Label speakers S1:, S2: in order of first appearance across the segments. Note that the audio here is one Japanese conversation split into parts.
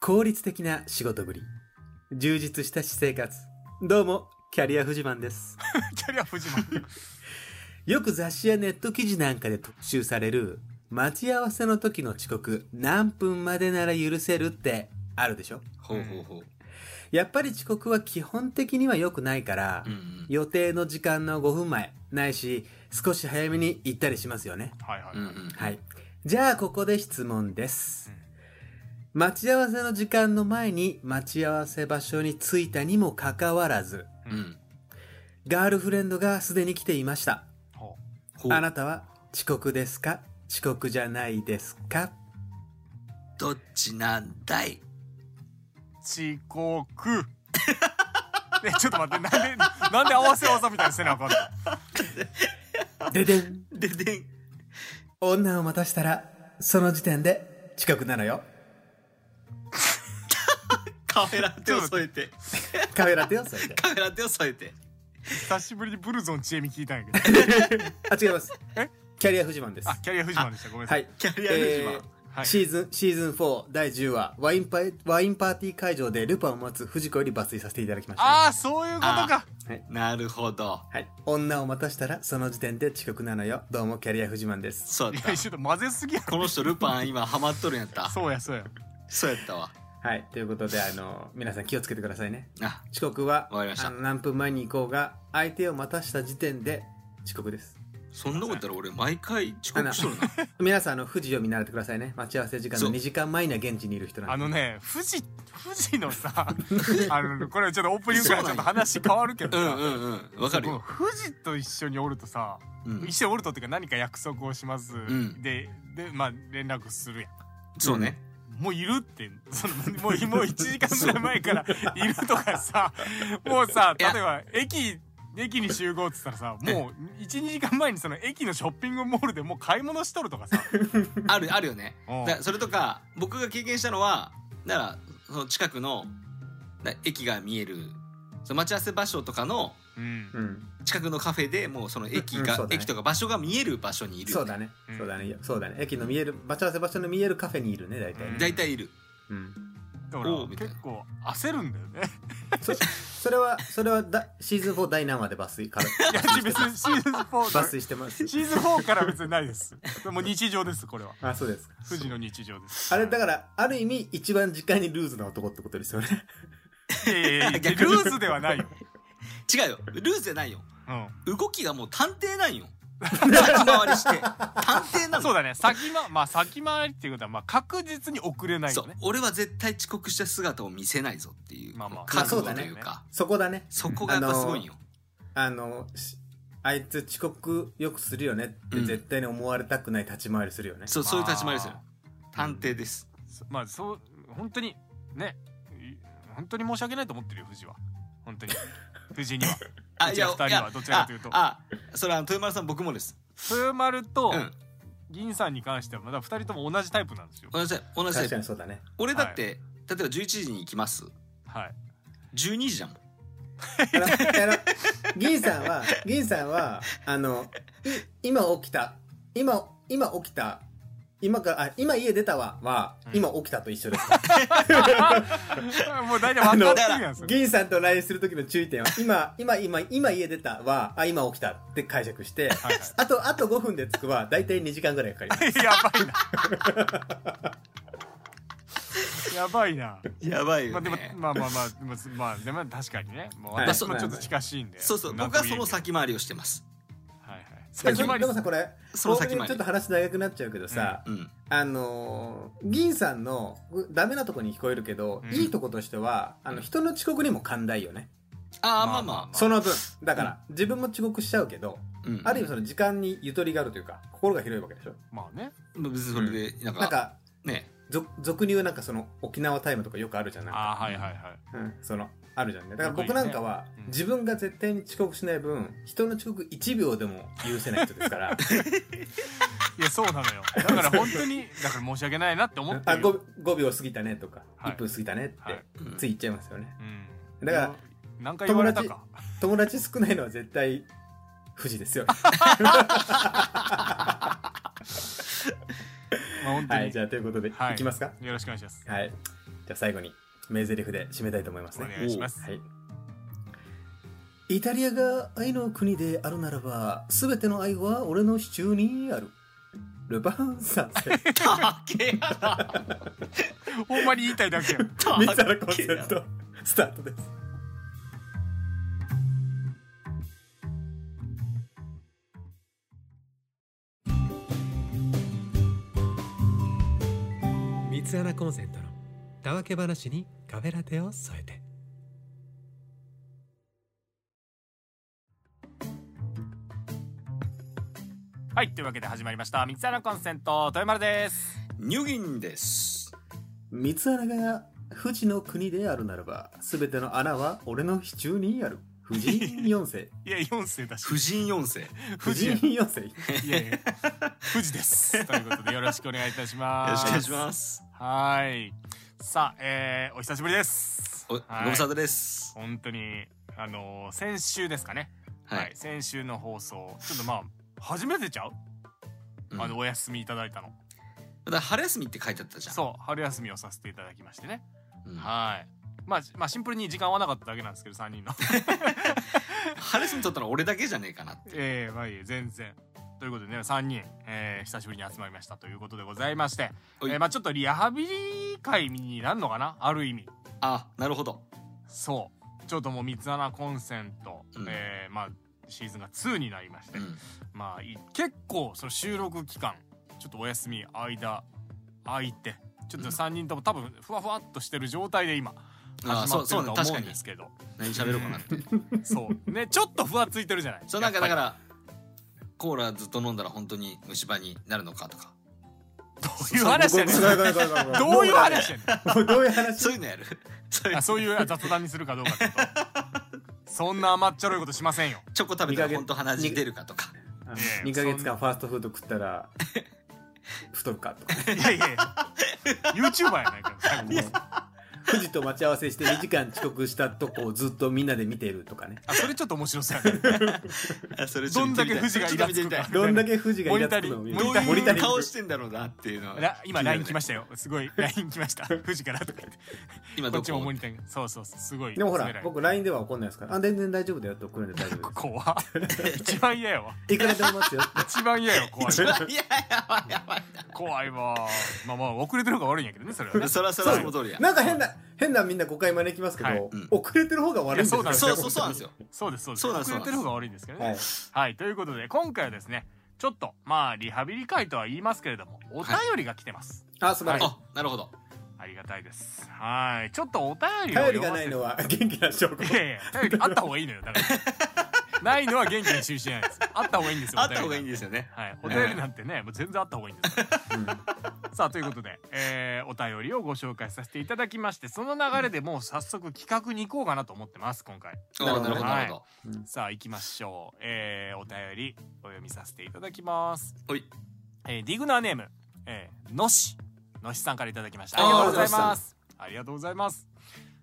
S1: 効率的な仕事ぶり充実した私生活どうもキャリアフジマンです
S2: キャリアフジマン。
S1: よく雑誌やネット記事なんかで特集される待ち合わせの時の遅刻何分までなら許せるってあるでしょ
S3: ほうほうほう。
S1: やっぱり遅刻は基本的には良くないから、
S3: うん
S1: 予定の時間の5分前ないし少し早めに行ったりしますよね
S2: はいはい、はい
S3: うん。うんうん。
S1: はいじゃあここで質問です、待ち合わせの時間の前に待ち合わせ場所に着いたにもかかわらず
S3: うん。
S1: ガールフレンドがすでに来ていました
S2: ほ
S3: ほう
S1: あなたは遅刻ですか遅刻じゃないですか
S3: どっちなんだい。
S2: う遅刻。 え、ちょっと待って、なんで、なんで合わせ技みたいにしてなあかんの
S1: ででん
S3: ででん。
S1: 女を待たしたらその時点で遅刻なのよ
S3: カフェラテを添えて。
S1: カフェラテを添えて
S3: カフェラテを添えて。
S2: 久しぶりにブルゾンちえみ聞いたんやけど。
S1: あ違います
S2: え
S1: キャリアフジマンです
S2: あ、キャリアフジマンでした。ごめんなさ。
S1: はいい
S3: キャリアフジマン
S2: はい
S1: シーズンシーズン4第10話ワインパイワインパーティー会場でルパンを待つ藤子より抜粋させていただきました
S2: ああ、そういうことか。
S3: なるほど。
S1: はい、女を待たしたらその時点で遅刻なのよどうもキャリアフジマンです
S3: そう
S2: い
S3: やっ
S2: や、ちょっと混ぜすぎや
S3: た。この人ルパン今ハマっとるんやった
S2: ろ。。そうや、そうや。
S3: そうやったわ。
S1: はいということであの皆さん気をつけてくださいね
S3: あ、
S1: 遅刻は
S3: わかりました
S1: あの何分前に行こうが相手を待たした時点で遅刻です
S3: そんなこと言ったら俺毎回遅刻しとるな。
S1: 皆さんあの富士を見習ってくださいね待ち合わせ時間の
S3: そう
S1: 2時間前には現地にいる人なんで
S2: あのね、富士、富士の さ、あの、これちょっとオープニングからちょっと話変わるけど
S3: う
S2: さ
S3: んうんうん。わかるよ。
S2: 富士と一緒におるとさ、
S3: うん
S2: 一緒におるとっていうか何か約束をします、
S3: ん
S2: ででまあ連絡するやん
S3: そうね。
S2: もういるってそのも うもう1時間ぐらい前からいるとかさもうさ
S3: い
S2: 例え
S3: や
S2: ば駅駅に集合っつったらさもう12時間前にその駅のショッピングモールでもう買い物しとるとかさ
S3: あるあるよね
S2: うん。
S3: だそれとか僕が経験したのはだからその近くのだ駅が見えるその待ち合わせ場所とかの
S2: うん
S1: うん
S3: 近くのカフェでもうその駅が、
S1: うんそうだね
S3: 駅とか場所が見える場所にいる
S1: そうだね、
S2: うん
S1: そうだねそうだね駅の見える待ち合わせ場所の見えるカフェにいるね大体ね、
S3: 大体いる
S1: うん、
S2: だから
S3: おうみたいな
S2: 結構焦るんだ よね
S1: そそれはそれはだシーズン4第何話で抜粋から
S2: いや別にシーズン
S1: 抜
S2: 4
S1: 粋してます
S2: シーズン4から別にないですもう日常ですこれは
S1: あそうですか
S2: 富士の日常 です
S1: あれだからある意味一番時間にルーズな男ってことですよね
S2: いやいやいやル
S3: 逆に
S2: ーズではないよ。
S3: 違うよルーズじゃないよ
S2: う。
S3: 動きがもう探偵な んよ先回りして探偵なんの
S2: そうだね。先ままあ先回りっていうことはまあ確実に遅れない
S3: そ
S2: よ
S3: う
S2: ね。
S3: 俺は絶対遅刻した姿を見せないぞっていう、
S2: まあまあ
S3: 覚悟
S1: まあそう
S3: と
S1: だね
S3: いうか
S1: そこだね
S3: そ,、こがやっぱすごいんよ、
S1: あのしあいつ遅刻よくするよねって
S3: うん
S1: 絶対に思われたくない立ち回りするよね、
S3: そうそういう立ち回りですよ
S2: ま
S3: 探偵です
S2: そまあそう本当にねい本当に申し訳ないと思ってるよ藤は。本 当に藤には。うちら二人はどちらかというと
S3: ああそれは豊丸さん僕もです
S2: 豊丸と
S3: うん
S2: 銀さんに関してはまだ二人とも同じタイプなんですよ。
S3: 同じ同じタ
S1: 確
S3: イプ
S1: かにそうだね
S3: 俺だって、例えば11時に行きます
S2: はい。
S3: 12時じゃん
S1: あのあの銀さんは銀さんはあのい今起きた今今起きた今からあ今家出たわは、
S2: うん
S1: 今起きたと一緒ですか
S2: もう大体分かってるやんそれ。
S1: 銀さんと LINE する時の注意 点は今今今今家出たはあ今起きたって解釈して
S2: はいは
S1: あとあと5分で着くは大体2時間ぐらいかかり ます
S2: いやばいな。やばい な。
S3: やばい
S2: まあで
S3: よね、
S2: もまあまあまあでもまあでも確かにね。もう
S1: はい
S2: 私もちょっと近しいんで。
S3: そうそう
S2: なん
S3: 僕
S2: と
S3: は
S2: も言
S3: そ
S2: えんけど
S3: の先回りをしてます
S2: はいはい。
S1: で
S2: 先
S1: も
S2: 回
S1: で
S2: り
S1: も。さこれ
S3: その先
S1: こ
S3: 回
S1: れち
S3: り
S1: ょっと話長くなっちゃうけどさ、
S3: うん
S1: あのー銀さんのうダメなとこに聞こえるけど、
S2: うん
S1: いいとことしてはあの人の遅刻にも寛大よね、
S3: あ
S2: まあ
S3: あまあ
S2: まあ
S3: ま
S2: ま
S3: あ
S1: その分だから、自分も遅刻しちゃうけど
S3: うん
S1: ある意味その時間にゆとりがあるというか心が広いわけでしょ
S2: まあね。
S3: まあ別にそれでなん
S1: なん
S3: か
S1: か
S3: ね
S1: 俗俗に言うなんかその沖縄タイムとかよくあるじゃんない
S2: ああはいはいはい。
S1: うん、そのあるじゃんねだから
S2: よく言う
S1: 僕なんかは、
S2: ねうん
S1: 自分が絶対に遅刻しない分人の遅刻1秒でも許せない人ですから
S2: いやそうなのよ。だから本当にだから申し訳ないなって 思
S1: あ
S2: ってるよ。
S1: 5, 5秒過ぎたねとか、
S2: はい
S1: 1分過ぎたねっ
S2: は
S1: て
S2: い。
S3: うん
S1: つい言っちゃいますよね
S2: うん。
S1: だから
S2: 何回言われたか。
S1: 友達少ないのは絶対富士ですよ
S2: まあ本当
S1: はい
S2: に
S1: じゃあということで、
S2: はい
S1: い、きますか
S2: よろしくお願いします。
S1: はいじゃあじゃあ最後に名台詞で締めたいと思います
S2: お
S1: ね
S2: 願いします。
S1: はい、イタリアが愛の国であるならば全ての愛は俺の支柱にあるルパン三世
S3: 竹やだ
S2: ほんまに言いたいだけや。
S1: 三つのコンセプトスタートです
S4: 三つ穴コンセントのたわけ話にカフェラテを添えて
S2: はい、というわけで始まりました。三つ穴コンセント、豊丸です。
S3: 入銀です
S1: 三つ穴が富士の国であるならば全ての穴は俺の支柱に ある藤井四世
S2: いや、四世だし。
S3: 婦人四世
S2: 富士や。
S1: 藤井 四世
S2: いやいや、富士です。ということで、よろしくお願いいたし
S3: よ
S2: ま
S3: ろ
S2: す。
S3: しくお願いします
S2: す。はい。さあ、えー、お久しぶりです。
S3: おご
S2: はい
S3: 無沙汰です
S2: 本当に、あのー先週ですかね。
S3: は、
S2: はいい、先週の放送、ちょっとまあ、初めてちゃう、
S3: うん
S2: あの、お休みいただいたの。
S3: また春休みって書いてあったじゃん
S2: そう、春休みをさせていただきましてね。
S3: うん
S2: はい。まあ、まあ、シンプルに時間合わなかっただけなんですけど、3人 の。
S3: 春休み取ったの俺だけじゃねえかなって
S2: ええまあいいえ全然。ということでね、3人、えー久しぶりに集まりましたということでございまして、え
S3: おい
S2: ーまあちょっとリハビリ会になるのかなある意味。
S3: あなるほど
S2: そう。ちょっともう三つ穴コンセント、
S3: うん
S2: えーまあシーズンが2になりまして、
S3: うん
S2: まあい結構その収録期間、ちょっとお休み間空いて、ちょっと3人とも多分ふわふわっとしてる状態で今
S3: あ
S2: 始
S3: そ
S2: ま
S3: う
S2: ってる
S3: そ
S2: と
S3: うね
S2: は
S3: 確
S2: 思う
S3: か
S2: ん
S3: に
S2: ですけど、
S3: 何喋ろうかなって
S2: そう。ね、ちょっとふわついてるじゃない
S3: そうなんか
S2: やっ
S3: だ
S2: ぱ
S3: か
S2: り
S3: らコーラずっと飲んだら本当に虫歯になるのかとか
S2: どういう 話やねん。
S1: ごめんごめんごめんごめんごめん
S2: どういう話やねん。
S1: もう どういう話
S3: そういうのやるそういう
S2: あ
S3: の
S2: そういう雑談にするかどうかちょっとそんな甘っちょろいことしませんよ
S3: チョコ食べたら本当鼻血出るかとか
S2: え
S1: 2ヶ月間ファーストフード食ったら太るかとか
S2: いやいやいや YouTuber やないか最後
S1: 富士と待ち合わせして2時間遅刻したとこをずっとみんなで見てるとかね
S2: あそれちょっと面白そうやね
S3: あそれちょ
S2: ど
S3: っと
S2: ん
S3: 見て
S2: だ
S3: み
S2: け
S3: たい
S2: 富士がイラつくか
S1: どんだけ富士がイラつくのを見る
S2: モ
S3: ど
S2: ニ
S3: う
S2: タリングモニタ
S3: いう
S2: リング
S3: 顔してんだろうなっていうのは
S2: な今 LINE 来ま
S3: し
S2: したよすごい LINE 来ました富士からとか言って
S3: た今
S2: こ
S3: ど
S2: っちも
S3: こ
S2: モニタリングそうそうそうすごい
S1: でもほら
S2: 冷たい
S1: 僕 LINE では怒んないですからあ全然大丈夫だよって送るんで大丈夫で
S2: 怖っ一番嫌やわ
S1: すいくらでも待つよって
S2: 一番嫌やわ怖い
S3: 一番 いややばいやばい
S2: 怖いわまあまあ遅れてる方が悪いんやけどねそれはね
S3: なそらそらその通りや
S1: なんか変な変なみんな誤解招きますけど、
S2: はい
S3: うん
S1: 遅れてる方が悪いんです
S2: いや
S3: そうそうそうなんです
S1: よ
S3: よ
S2: そうですそうです
S3: そうなんです
S2: 遅れてる方が悪いんですけどね
S1: はい、
S2: はい、ということで今回はですねちょっとまあリハビリ会とは言いますけれどもお便りが来てます、
S1: あ素晴らしい、
S3: あなるほど
S2: ありがたいですはいちょっとお便りを
S1: 頼り
S2: 読
S1: が
S2: ま
S1: な
S2: せ
S1: い
S2: て
S1: のは元気な証 拠
S2: いやいや頼りあった方がいいのよだから ないのは元気に収集ないですあった方がいいんですよ
S3: あった方がいいん
S2: す
S3: ですよね
S2: はい、お便りなんてね、もう全然あった方がいいんですよさあということで、えー、お便りをご紹介させていただきましてその流れでもう早速企画に行こうかなと思ってます今回
S3: おなるほ
S2: は
S3: ど
S2: い
S3: なるほ
S2: さあ行きましょう、えー、お便りお読みさせていただきます
S3: どおい
S2: えーディグナーネーム、えーのしのしさんからいただきましたあ
S3: あ
S2: り
S3: ー
S2: がとうございますありがとうございます、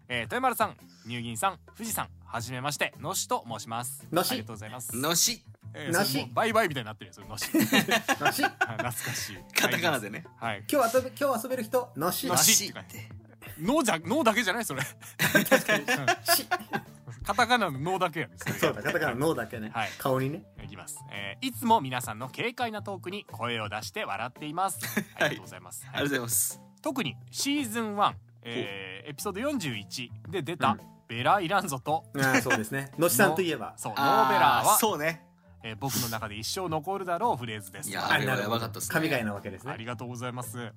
S2: えー、豊丸さん乳銀さん富士さんはじめましてのしと申します
S1: のし
S2: ありがとうございます
S3: のし
S2: えー
S1: の
S2: それ
S1: し
S2: もうバイバイみたいになってるよそれのし
S1: のし
S2: あ懐かしい
S3: カタカナでね
S2: はい
S1: 今日遊び今日遊べる人のし
S2: のし
S3: って
S2: 脳じゃ脳だけじゃないそれ
S1: 確かにし
S2: カタカナの脳だけやねそれ
S1: そうだカタカナの脳だけね、
S2: はい
S1: 顔にね
S2: いきます、えーいつも皆さんの軽快なトークに声を出して笑っていますありがとうございます、
S3: ありがとうございます
S2: 特にシーズン1、えーエピソード41で出たベラ・イランゾと、
S1: ああそうですね のしさんといえば
S2: そうノ
S3: あ
S2: ーベラーは
S3: そうね
S2: えー僕の中で一生残るだろうフレーズです
S3: いや
S2: あ
S3: あ
S2: り
S3: れ
S1: な
S3: は
S1: る
S3: や
S1: ほど
S3: ばかったっすね
S1: 神回なわけです
S2: あ
S1: ね
S2: りがとうございます、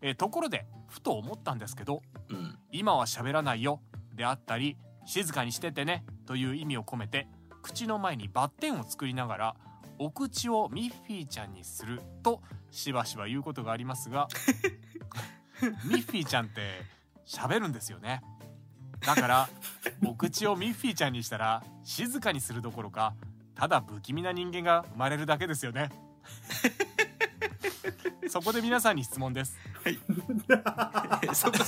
S2: えーところでふと思ったんですけど
S3: うん
S2: 「今は喋らないよ」であったり「静かにしててね」という意味を込めて口の前にバッテンを作りながら「お口をミッフィーちゃんにする」としばしば言うことがありますがミッフィーちゃんって喋るんですよねだからお口をミッフィーちゃんにしたら静かにするどころかただ不気味な人間が生まれるだけですよねそこで皆さんに質問です
S3: そ こそ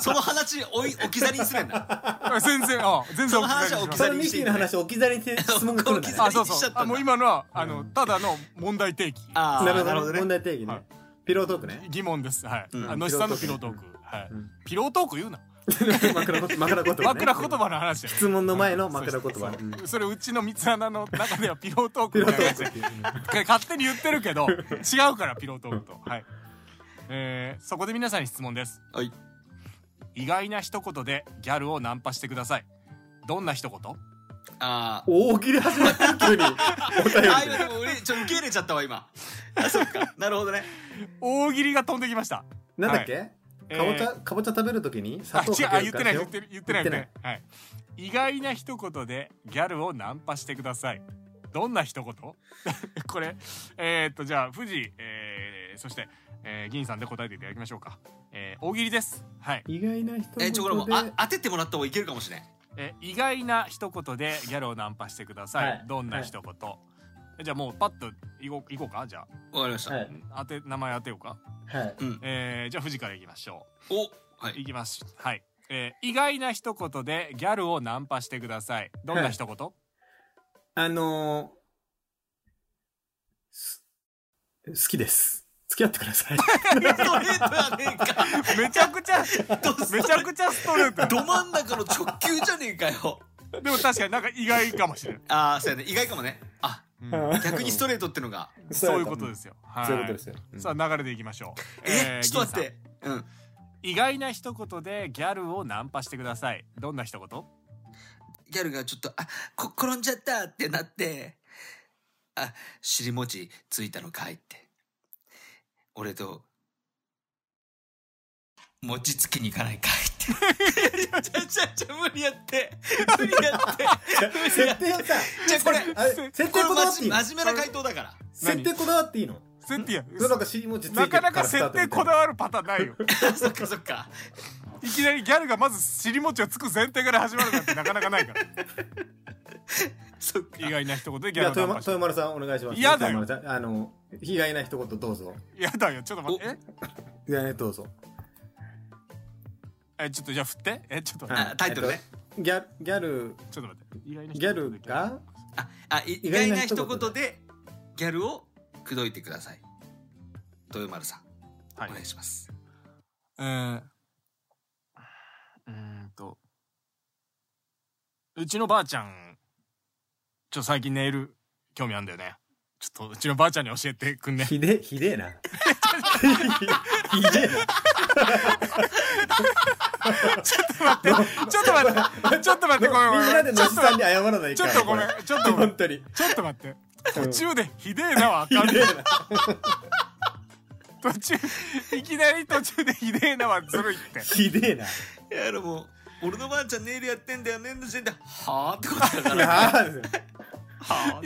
S3: その話おい置き去りにすれんな
S2: あ全然あ全然
S3: その話は
S2: お気遣
S1: そ
S2: いしません
S3: お気遣い
S1: のミッキーの 話を置き去りにして質問が来るんだね
S2: あ、そうそ
S3: しちゃ
S2: う
S3: っ。たんだ
S2: あ、もう今のは、あの、ただの問題提起。
S3: あー
S1: なるほどね問
S3: ね
S1: 題定義ね、
S2: はい
S1: ピロートークね
S2: 疑問です。はい。
S3: うん
S2: あの、しさんのピロートーク。はい
S1: うん
S2: ピロートーク言うな
S1: 枕言葉ね
S2: 枕言葉の話だよ
S1: 質問の前の枕言葉
S2: そう
S1: うん
S2: それうちの三つ穴の中ではピロートー
S1: ピ
S2: ク
S1: ロ
S2: み
S1: ー
S2: た
S1: ト
S2: いな
S1: ー
S2: や
S1: ク
S2: つ
S1: っていう
S2: 勝手に言ってるけど違うからピロートークとはい、えー、そこで皆さんに質問です
S3: はい
S2: 意外な一言でギャルをナンパしてくださいどんな一言
S3: あ
S1: 大喜利始まってる急にお
S3: ーあー
S1: 便り
S3: 今でも俺ちょっと受け入れちゃったわ今あそっかなるほどね
S2: 大喜利が飛んできました
S1: なんだっけ
S2: えー
S1: かぼちゃかぼちゃ食べるときに
S2: あ
S1: 砂糖
S2: 違う
S1: か
S2: あ
S1: け
S2: 言
S1: る
S2: っ
S1: から
S2: てない
S1: し
S2: 言
S1: ょ
S2: ってる言ってない
S1: 言
S2: 言
S1: っ
S2: ってて
S1: な
S2: ないい、はい、意外な一言でギャルをナンパしてくださいどんな一言 これえー、っとじゃあ富士、えー、そして、えー、銀さんで答えていただきましょうか、えー、大喜利ですはい、
S1: 意外な人
S3: えちょこれもうあ当ててもらった方がいけるかもしれん
S2: えー、意外な一言でギャルをナンパしてください、
S1: はい
S2: どんな一言、えじゃあもうパッといこいこうかじゃ
S3: わかりました、
S1: はい
S2: あ当て名前当てようか、
S1: はい
S3: うん
S2: えー、じゃあ富士からいきましょう
S3: おはい
S2: いきます。はい。えー、意外な一言でギャルをナンパしてください。どんな一言、
S1: あのーす好きです付き合ってください
S3: ス トレートやねえか
S2: めちゃくちゃ、めちゃくちゃストレー
S3: ど真ん中の直球じゃねえかよ
S2: ト。でも確かになんか意外かもしれない。
S3: ああそうやね意外かもねあ
S2: うん
S3: 逆にストレートってのが
S2: そういうことですよ。は い。
S1: そういうことですよ
S2: さあ流れでいきましょう。
S3: え
S2: ー
S3: ちょっと待
S2: 銀
S3: っ。てうん
S2: さん意外な一言でギャルをナンパしてください。どんな一言
S3: ギャルがちょっとあこ転んじゃったってなってあ尻餅ついたのかいって俺と餅つきに行かないかいって いやちゃちゃちゃ無理やって無理やって無理 や
S1: 設
S3: っ
S1: 定
S3: て
S1: を さ
S3: じゃあこれ
S1: あれ設
S3: こ
S1: 定
S3: れ
S1: こだわっていいの
S3: まじ真面目な回答だから
S1: 設定こだわっていいの
S2: 設定や。
S1: それなんか尻餅ついて
S2: なかなか設定こだ
S1: わ
S2: わるパターンないよ。
S3: そっかそっか
S2: いきなりギャルがまず尻餅をつく前提から始まるなんてなかな かないから。
S3: そっか
S2: 意外な一言でギ
S1: い
S2: ャル
S1: や
S2: をナン
S1: 豊
S2: パしてください
S1: 豊丸さんお願いします
S2: 嫌だよ
S1: 豊丸さんあの被害ない一言どうぞ
S2: やだよちょっと待ってえ
S1: いやねどうぞ
S2: えちょっとじゃあ振ってえちょっと待
S1: は
S2: って
S1: い
S3: あタイトルね
S1: ギャギャル
S2: ちょっと待って意外な人
S1: ギャルが
S3: ああい意
S1: 意外
S3: 外
S1: な
S3: な
S1: 一
S3: 一
S1: 言で
S3: 言でギャルを口説いてください豊丸さん
S2: はい
S3: お願いします
S2: うーんうーんとうちのばあちゃんちょっと最近ネイル興味あんだよねちょっとうちのばあちゃんに教えて くんね
S1: ひでひで えなひでえな
S2: ちょっと待ってちょっと待ってちょっと待ってごめんご
S1: みんな
S2: め
S1: で
S2: ん
S1: の
S2: ちょ
S1: し
S2: っと
S1: さん
S2: 待っ
S1: に謝らない
S2: てちょ
S1: か
S2: っ
S1: ら
S2: とごめん
S1: こ
S2: ちょっ
S1: れ
S2: とごめん
S1: 本当に
S2: ちょっと待って
S1: うん
S2: 途中でひでえなはあかん
S1: ひでえな
S2: 途中いきなり途中でひでえなはずるいって
S1: ひで えない
S3: やでも俺のばあちゃんネイルやってんだよねの時点ではあってことだから
S1: い
S3: ね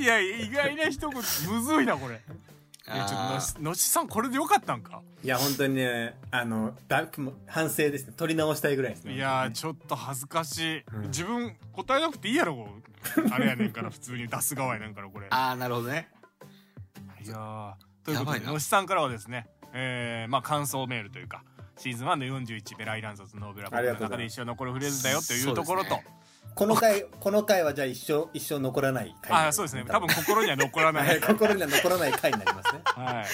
S1: や
S2: や
S3: はい
S2: 意外な一言むずいなこれ
S3: あ
S2: いやちょっとの
S3: あ
S2: しのしさんこれでよかったんか
S1: いや本当にねあのだもう反省ですね取り直したいぐらいですね
S2: いやーちょっと恥ずかしい、
S1: うん
S2: 自分答えなくていいやろこうあれやねんから普通に出す側やねんからこれいや
S3: あーなるほどね
S2: ーというこ
S3: やば
S2: と
S3: い
S2: で
S3: な
S2: のしさんからはですねえー、まあ感想メールというかシーズン1の41ベライランドとノーベラ
S1: ありが
S2: の
S1: とうございま
S2: 中で一生残るフレーズだよというところと、
S3: そうです
S1: この回この回はじゃあ一生一生残らない回
S2: ああそうですね多分心には残らな
S1: はいい 心には残らない回になりますね
S2: はい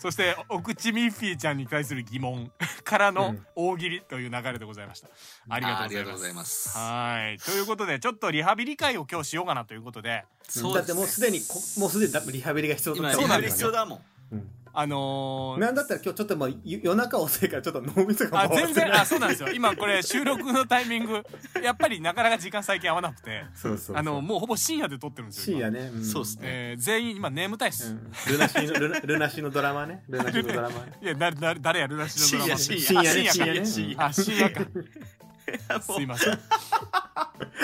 S2: そしてお口ミッフィーちゃんに対する疑問から
S1: う
S2: の
S1: ん
S2: 大喜利という流れでございましたありがとうございます
S3: あーありがと
S2: はい
S3: うございます
S2: ということでちょっとリハビリ会を今日しようかなということで
S3: そ
S1: だ
S3: う
S1: って
S3: ですね
S1: もうすでにこもうすでに多分リハビリが必要だ
S3: 今
S1: った
S3: リ
S1: も
S3: ハ
S1: んね
S3: ビリ必要だもん
S1: うん
S2: あのー
S1: なんだったら今日ちょっともうゆ夜中遅いからちょっと脳みそが
S2: あ
S1: 回
S2: 全
S1: ってない
S2: 然あそうなんですよ今これ収録のタイミングやっぱりなかなか時間最近合わなくて
S1: そうそうそう
S2: あのもうほぼ深夜で撮ってるんですよ
S1: 深
S2: 今
S1: 夜ね、ん
S3: そうっすね
S2: えー全員今眠たいっ
S1: う
S2: す、
S1: んルナシーのルナルナシーのドラマねルナシーのドラマね
S2: いやなな誰やるらしいのドラマ
S3: 深夜
S1: 深夜ね
S2: あ
S1: 深夜ね
S2: 深夜あ深夜かすいません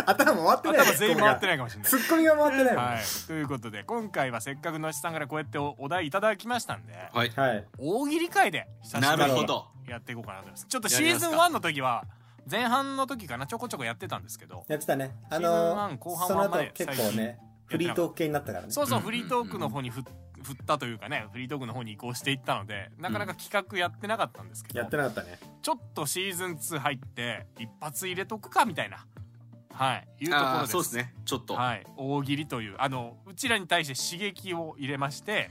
S1: 頭回ってない
S2: 頭全員回ってないかもしれない
S1: ツッコミが回ってないもん
S2: はい、ということで今回はせっかくのしさんからこうやっておお題いただきましたんで
S3: はい
S1: はい
S2: 大喜利会で久し
S3: な
S2: ぶ
S3: る
S2: り
S3: ほ
S2: に
S3: ど
S2: やっていこうかなと思いますちょっと
S3: や
S2: シ
S3: り
S2: ー
S3: ます
S2: ズ
S3: か
S2: ン1の時は前半の時かなちょこちょこやってたんですけど
S1: やってたねあ
S2: シーズ
S1: の
S2: ンワ
S1: ー
S2: ン後半
S1: その
S2: は
S1: 後
S2: まだ
S1: 結構ねフリートーク系になったからね
S2: そうそう、
S3: うん
S2: フリートークの方にふ振ったというかねフリートークの方に移行していったのでなかなか企画やってなかったんですけど、
S1: やってなかったね
S2: ちょっとシーズン2入って一発入れとくかみたいなはいいうところ
S3: あ
S2: で
S3: ー
S2: す
S3: そうですねちょっと
S2: はい、大喜利というあのうちらに対して刺激を入れまして、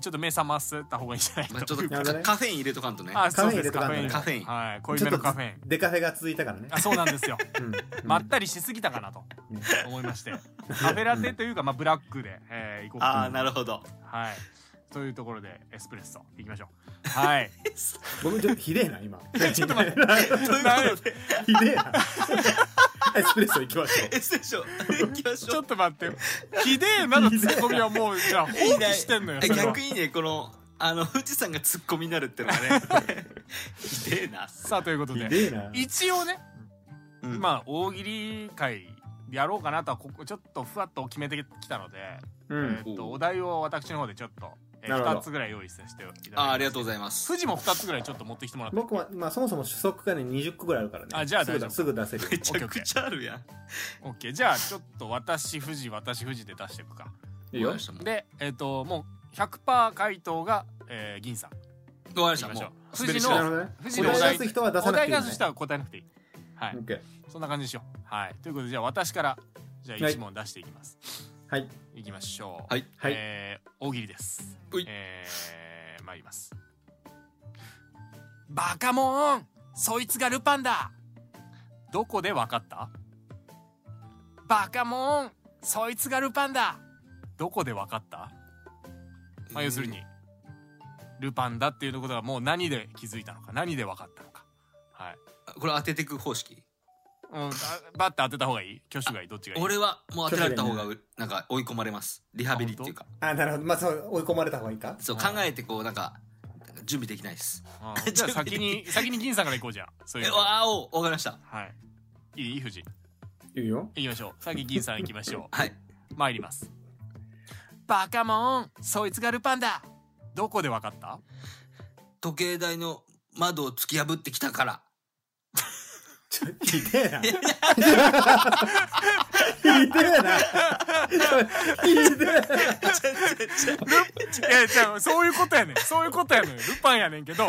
S2: ちょっと目覚ませた方がいいんじゃない
S3: まあ、
S2: か
S3: ちょ
S2: と
S3: っ
S2: いう
S3: と
S2: か
S1: なるほどね
S3: カカフェイン入れとかんとね。
S2: あそうです
S1: カフェイン入れと
S2: カ
S1: か
S2: フェイン
S3: んと
S2: はい濃いめのカフェイン
S1: デカフェが続いたからね
S2: あそうなんですよ
S1: うん
S2: まったりしすぎたかなと
S1: うん
S2: 思いましてカフェラテというか、まあ、ブラックで、えー、いこうかと
S3: ああ、なるほど。
S2: はいというところでエスプレッソいきましょうはい
S1: ごめんちょっとひでえな今
S2: ちょっと待って
S3: ということで、
S1: ひでえな エスプレッソ行きましょう
S3: エステーション、行きまし
S2: ち
S3: ょ
S2: ょ
S3: う
S2: っ。と待ってひでえなのツッコミはもうじゃあ放
S3: いい
S2: 棄
S3: ね
S2: してんのよそれは
S3: 逆にね、この、あの、富士山がツッコミになるってのがね、ひでえな。
S2: さあということ
S1: ひ
S2: で
S1: でえな
S2: 一応ね
S3: うん
S2: まあ大喜利会やろうかなとはここちょっとふわっと決めてきたので、
S1: う
S2: え
S1: ん
S2: ーっとお題を私の方でちょっと、え
S1: なるほど
S2: 2つぐらい用意させていただきます
S3: あーありがとうございます。
S2: 富士も2つぐらいちょっと持ってきてもらって
S1: 僕はまあそもそも主則がね20個ぐらいあるからね
S2: あじゃあ
S1: すぐ
S2: 大丈
S1: だ
S2: 夫
S1: すぐ出せる よ
S3: めちゃくちゃあるやん。
S2: OK じゃあちょっと私富士私富士で出していくか
S1: いいよ
S3: わかりましたもう
S2: でえーっ、ともう100%回答が、えー銀さん
S3: わかり
S2: 行き
S3: ました。
S2: ましょ
S3: も
S2: う
S3: う、滑りし
S2: 富
S1: なる
S2: 士の
S1: ほどね
S2: 富
S1: お
S2: 士
S3: の
S1: 題出す人は出さ
S2: お
S1: なくてい
S2: 題
S1: い
S2: 出
S1: ね
S2: す人は答えなくていいはい、
S1: オッケー
S2: そんな感じにしようはいということでじゃあ私からじゃあ1問出していきます、
S1: はい
S2: い、きましょう
S3: はい。
S1: はい
S2: えー大喜利です
S3: うい。
S2: えー、参りますバカモンそいつがルパンだどこでわかったバカモンそいつがルパンだどこでわかったまあ要するに、ルパンだっていうことがもう何で気づいたのか何でわかったのかはい、
S3: あ。これ当ててく方式
S2: うん、あバッて当てた方がいい挙手がいいどっちがいい
S3: 俺はもう当てられた方がうなんか追い込まれますリハビリっていうか
S1: あなるほどまあそう追い込まれた方がいいか
S3: そう
S2: あ
S3: 考
S2: ー
S3: えてこうなんか準備できないです
S2: うんじゃあ先に先に銀さんから行こうじゃんそういう
S3: え
S2: のは
S3: わあおわかりました
S2: はいいい藤井
S1: いいよ
S2: 行きましょう先銀さん行きましょ
S3: はい
S2: う 参りますバカモンそいつがルパンだどこでわかった
S3: 時計台の窓を突き破ってき たから
S1: ちょひでえなひでえなひでえな
S2: ルいやじゃあそういうことやねんそういうことやねんルパンやねんけど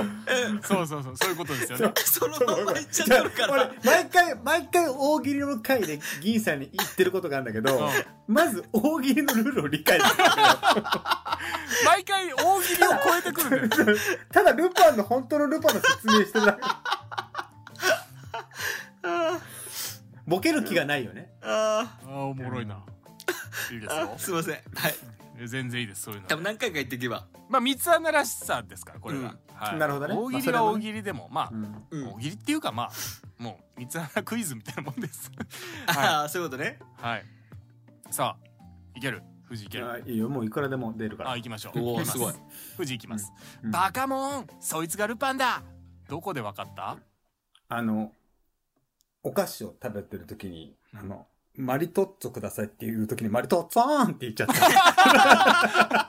S2: そうそうそうそういうことですよね
S3: その
S1: ちょっとご
S3: まんま言
S1: め
S3: っ
S1: ん
S3: ちゃってるから
S1: 俺毎回毎回大喜利の回で銀さんに言ってることがあるんだけど、
S2: う
S1: まず大喜利のルールを理解してくれよ
S2: 毎回大喜利を超えてくる んだよ
S1: ただルパンの本当のルパンの説明してるだけボケる気がないよね
S3: あ
S2: あーおもろいないいですよ
S3: ーすいませんはい
S2: え全然いいですそういうの
S3: 多分何回か言っていけば
S2: まあ三つ穴らしさですからこれが、
S3: うん
S2: はい、
S1: なるほどね
S2: 大喜利は大喜利でもまあ、
S1: うん
S3: うん
S2: 大喜利っていうかまあもう三つ穴クイズみたいなもんです
S3: ああそういうことね
S2: はい。さあ、いける。富士いける。
S1: あいいよもういくらでも出るか
S2: あ、
S1: ら
S2: 行きましょう。
S3: お
S2: 行
S3: お
S2: きます
S3: ごい。
S2: 富士行きます。
S1: うん
S2: バカモンそいつがルパンだどこでわかった
S1: あのお菓子を食べてる時にあのマリトッツォくださいっていう時にマリトッツォーンって言っちゃった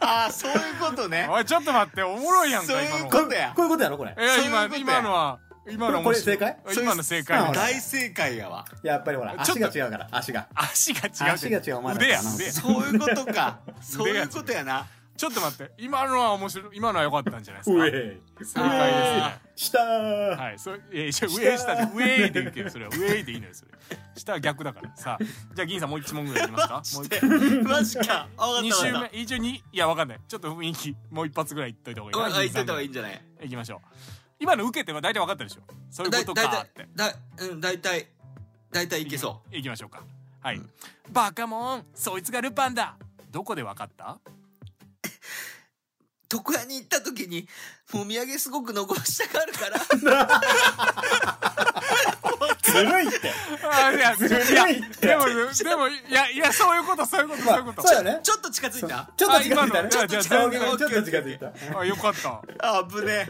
S3: ああそういうことね
S2: おい、ちょっと待って、おもろいやん
S3: そう
S2: か、
S3: いう
S2: 今の。
S3: こ
S1: こ
S3: うだよ
S1: ういうことやろこれ
S2: いや
S3: そういうこと
S2: 今
S3: や
S2: 今のは、今の面白い
S1: これ正解
S2: 今の正解
S1: そう
S2: です
S1: です
S3: 大正解やわ
S1: やっぱりほら
S2: ちょっ
S1: 足
S2: と
S1: が違うから足が
S2: 足が違うって。
S1: 足が違うお前ら
S2: 腕や、
S1: なんか
S2: 腕や
S3: そういうこと かそういうことやな
S2: ちょっと待って、今のは面白い、今のは良かったんじゃないです
S1: う
S2: か。
S1: えい
S2: 正解ですね。
S1: したー
S2: はい、それ、えー、じゃあ上下で、上でいけよ、それは。上でいいのよ、それ。下は逆だから。さあ、じゃあ銀さんもう一問ぐらいいきますか もう一
S3: マジかあわかっ
S2: 二
S3: たわ
S2: 周
S3: かっ
S2: 目一応にいやわかんないちょっと雰囲気もう一発ぐらいいっといた方がいい
S3: た
S2: な
S3: あ言っといた方がいい
S2: い
S3: んじゃない
S2: 行きましょう今の受けては大体わかったでしょそういう
S3: だ
S2: こ
S3: い
S2: と
S3: だい
S2: か
S3: た
S2: って
S3: いだうん大体大体いけそ
S2: 行きましょうかはい、バカモンそいつがルパンだどこでわかった
S3: う床屋に行った時にもみあげすごく残したがあるから
S1: ずるいって
S2: あいや
S1: ずる
S2: いや
S1: いって
S2: でもでもいやいやそういうことそういうことそういうこ
S1: まあそう
S2: と
S1: だね
S3: ちょっと近づいた
S1: ちょっと近づいた
S2: あ今の
S1: ね
S2: じゃあ
S1: ちょっ
S2: じゃあ
S1: と近づいたちょっと近づいた
S2: あよかったちょ
S3: あぶね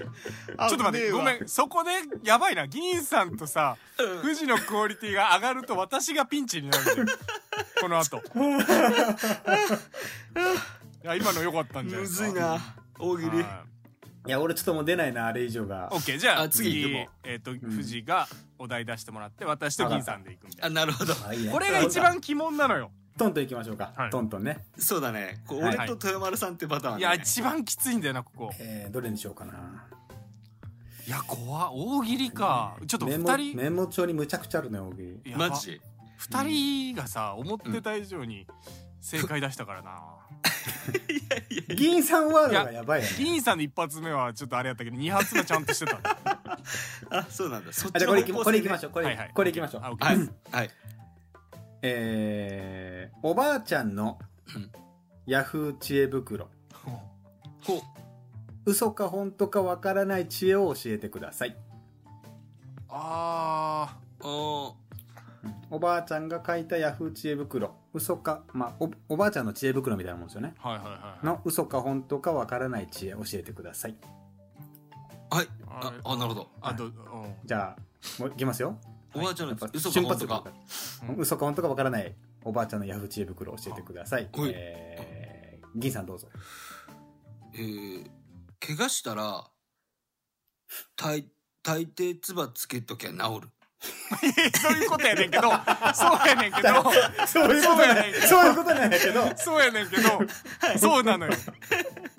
S3: え
S2: っと待ってごめ
S3: ん
S2: んそこでやばいな銀さんとさ富士のクオリティが上がると私がピンチになるんだよ この後いや今の良かったんじゃないで
S3: む
S2: すか
S3: ずいな大喜利
S2: はい
S1: いや俺ちょっともう出ないなあれ以上が
S2: オッケーじゃあ
S3: あ次
S2: 次
S3: 行くも
S2: えっ、と、藤井がお題出してもらって私と銀さんで行くみた
S3: あ
S2: い
S3: なるほど
S1: あいい
S2: な
S1: や
S2: これが一番鬼門なのよ
S1: トントンいきましょうか、
S2: はい
S1: トントンね
S3: そうだねこう
S1: はい
S3: 俺と豊丸さんってパターン
S2: いや
S3: だね
S2: 一番きついんだよなここ
S1: えー、どれにしようかない
S2: や怖っ大喜利かちょっと
S1: メ
S2: 二
S1: モ
S2: 人
S1: メモ帳にむちゃくちゃあるね大喜利
S2: やば
S3: マジ
S2: 二人がさ思ってた以上に正解出したからな
S1: 銀さんワールドがやばいよね
S2: 銀さんの一発目はちょっとあれやったけど二発目ちゃんとしてたんだ
S3: あ、そうなんだ。そっ
S1: あじゃあこれいきこれいきまし
S3: ょ
S1: ょうこれ、
S2: はいはい
S1: これいきましょう
S2: あ OK
S3: はい
S2: です。
S3: はい。
S1: えー、おばあちゃんの
S3: うん
S1: ヤフー知恵袋
S3: ほう。
S1: 嘘か本当かわからない知恵を教えてください
S2: あ
S3: おー
S1: おばあちゃんが書いたヤフー知恵袋嘘かまあおおばあちゃんの知恵袋みたいなもんですよね
S2: ーはいはいはい
S1: の嘘か本当かわからない知恵教えてください
S3: はい。
S2: あ
S3: あ、あなるほど。
S2: あどうん
S1: じゃあもういきますよ
S3: おばあちゃん
S1: や
S3: の
S1: っぱ
S3: 嘘か
S1: 瞬
S3: 本
S1: 発
S3: 当
S1: 力
S3: か。
S2: うん
S1: 嘘か本当かわからないおばあちゃんのヤフー知恵袋を教えてください
S3: はい
S1: えー、銀さんどうぞ
S3: えー、怪我したら、大、大抵唾つけときゃ治る。
S2: いやそういうことやねんけどそうやねんけど
S1: そういうことないそういうことなんだけど
S2: そうやねんけど、そうなのよ。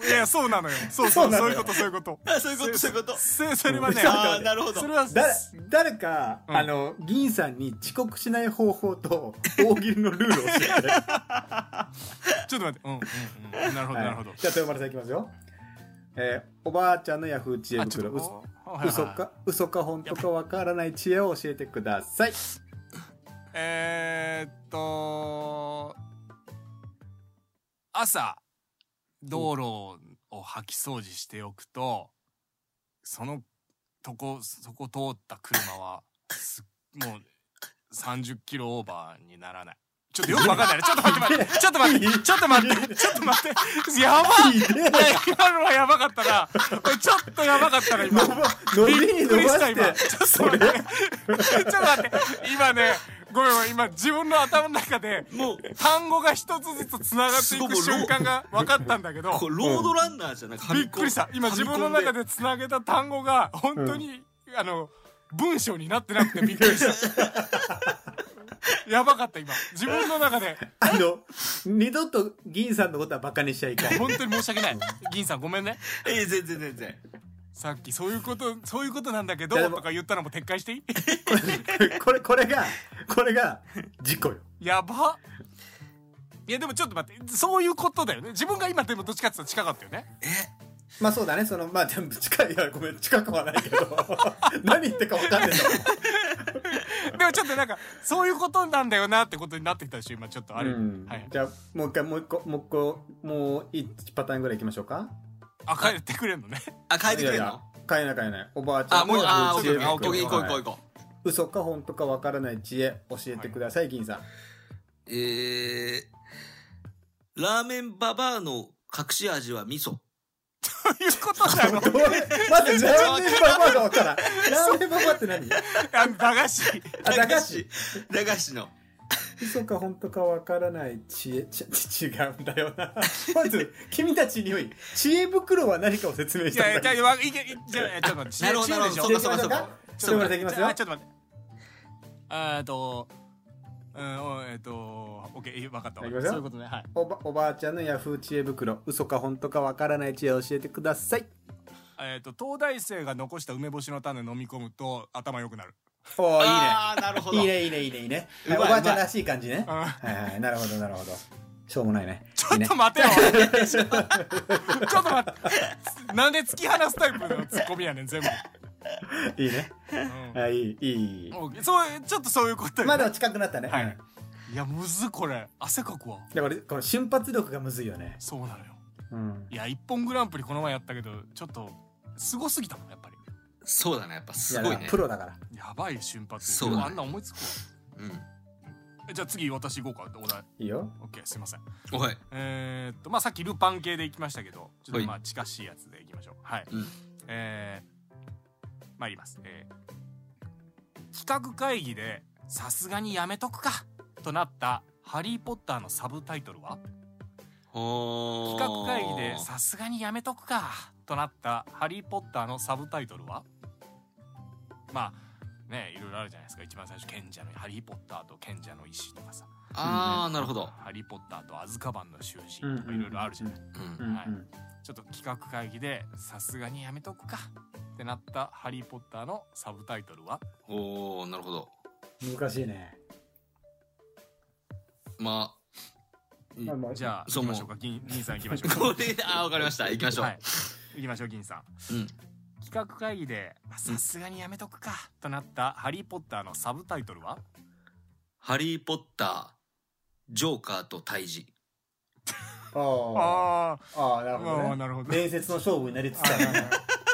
S2: いや、そうなのよ。そうそ、
S1: そううな
S2: そ
S1: の
S2: ういう
S1: よ
S2: こと、そういうこと。
S3: あ、そういうこと、そういうこと。
S2: そそれはね、
S3: あー、なるほど
S2: そ。れは、
S1: だ誰か、
S2: うん
S1: あの銀さんに遅刻しない方法と大喜利のルールを教えて
S2: ちょっと待って、うん、うん、うん。なるほど、なるほど
S1: はい。じゃあ豊丸さんいきますよ、えーおばあちゃんのヤフー知恵
S2: あちょ
S1: 袋
S2: っ
S1: 嘘
S2: とはいはいはい
S1: 嘘か嘘か本当かわからない知恵を教えてください
S2: えーっと、朝、道路を掃き掃除しておくと、そのとこ、そこ通った車は、すもう、30キロオーバーにならない。ちょっとよくわかんないね。ちょっと待って待って、ちょっと待って、ちょっと待って、ちょっと待って、やば
S1: いいね
S2: いや今のはやばかったな。これちょっとやばかったな、今。
S1: 伸びに伸ばして
S2: ちょっと待ってちょっと待って今ねごめんごめん今自分の頭の中で
S3: もう、
S2: 単語が一つずつつながっていく瞬間が分かったんだけど
S3: これロードランナーじゃなく
S2: びっくりした今自分の中。でつなげた単語が本当に、あの文章になってなくてびっくりしたやばかった今自分の中で
S1: あの二度と銀さんのことはバカにしちゃいかん
S2: 本当に申し訳ない銀さんごめんね
S3: ええ、全然全然。
S2: さっきそういうことそういうことなんだけ
S1: いや
S2: ど
S1: でも
S2: とか言ったのも撤回していい
S1: これこれがこれが事故よ
S2: やばいやでもちょっと待ってそういうことだよね自分が今でもどっちかって言ったら近かったよね
S1: まあそうだね、その、まあ全部近い、いや、ごめん、近くはないけど、何言ってるか分かんないんだ
S2: でもちょっとなんかそういうことなんだよなってことになってきたでしょ今ちょっと
S1: も
S2: あれ、
S1: ん。
S2: はい
S1: じゃあ、もう一回、もう一個、もう一個、もう一パターンぐらいいきましょうか。
S2: あ帰ってくれんのね
S3: あ、変えてくれ
S1: い
S3: る
S1: やいや
S3: の
S1: 変えない変えない。おばあちゃ
S3: あ、
S1: ん
S3: もう、あー、オッ
S1: 知
S3: ケ
S1: 恵
S3: ー
S1: 袋
S3: オッケー、行こう行こう
S1: はい
S3: 行こう。
S1: 嘘か本当か分からない知恵、教えてください、銀さん。
S3: えー、ラーメンババアの隠し味は味噌。
S2: どういうことなの
S1: どう待 って、ラーメンパパが分からん。ラーメンパパって何
S2: あの駄菓子
S1: あ、駄菓子。。
S3: 駄菓子の。
S1: 嘘か本当か分からない知恵、ちち違うんだよ な。まず、君たちに良い、知恵袋は何かを説明し
S2: い
S1: たんだ
S2: やいやじゃあわいけいじゃあちょっと待って
S3: なるほど、なるほ
S2: チ
S3: ど。
S2: ーム
S3: そう
S2: でし
S3: かそうかそうか。
S1: ちょっと待って、いき
S2: ょ
S1: ます
S2: じゃ
S1: よ
S2: あ。ちょっと待ってえっとうんおえっとオッケー分かったわ
S1: いき
S2: かっ
S1: ますよ
S2: たそういうことねはい
S1: おばおばあちゃんのヤフー知恵袋嘘か本当かわからない知恵を教えてください
S2: えっと東大生が残した梅干しの種飲み込むと頭良くなる
S1: おおい
S3: あー、なるほど。
S1: いねいいねいいねいいねいいね、はいうお
S3: まい
S1: ばあちゃんらしい感じね
S2: うん
S1: はいはいなるほどなるほどしょうもないね
S2: ちょっと待てよ。 ちょっと待って。なんで突き放すタイプのツッコミやねん、全部。
S1: いいね
S2: う
S1: あいいいいいい
S2: ん、もうそうちょっとそういうことよ
S1: まだ近くなったね、
S2: はい
S1: うん
S2: いや、むずこれ。汗かくわ。
S1: だからこの瞬発力がむずいよね
S2: そうなのよ。
S1: うん
S2: いや、一本グランプリこの前やったけど、ちょっと、すごすぎたもん、やっぱり。
S3: そうだね、やっぱすごい
S1: やだか
S3: ね
S1: らプ。ロだから
S2: やばい瞬発。
S3: そうだね
S2: あんな思いつくわ。
S3: うん。
S2: えじゃあ次、私行こうか、お題。
S1: いいよ
S2: オッケー、すいません。
S3: おい。
S2: えーっと、まあ、さっきルパン系で行きましたけど、ちょっと
S3: はい
S2: まあ、近しいやつで行きましょう。はい。
S3: うん
S2: えー、参ります。えー、企画会議で、さすがにやめとくか、となった、ハリーポッターのサブタイトルは
S3: ほー
S2: 企画会議で、さすがにやめとくか、となった、ハリーポッターのサブタイトルはまあ、ね、いろいろあるじゃないですか。一番最初、賢者の、ハリーポッターと賢者の石とかさ。
S3: あー、なるほど。
S2: ハリーポッターとアズカバンの囚人とかいろいろあるじゃない
S3: うん
S1: う。ん
S2: はいちょっと企画会議でさすがにやめとくかってなった「ハリー・ポッター」のサブタイトルは
S3: おー、なるほど。
S1: うん難しいね
S3: まあ、
S1: まあまあ
S2: じゃあ
S3: そ
S2: 行き
S3: うもう
S2: ましょうか銀銀さん行きましょう
S3: これあわかりました行きましょう、
S2: はい、行きましょう銀さん
S3: うん
S2: 企画会議でまあさすがにやめとくかとなった「ハリー・ポッター」のサブタイトルは
S3: ハリー・ポッタージョーカーと退治
S1: あ
S2: あ
S1: ーあーな
S2: あ
S1: るほど
S2: あ
S1: ね
S2: なるほど
S1: 伝説の勝負になりつつある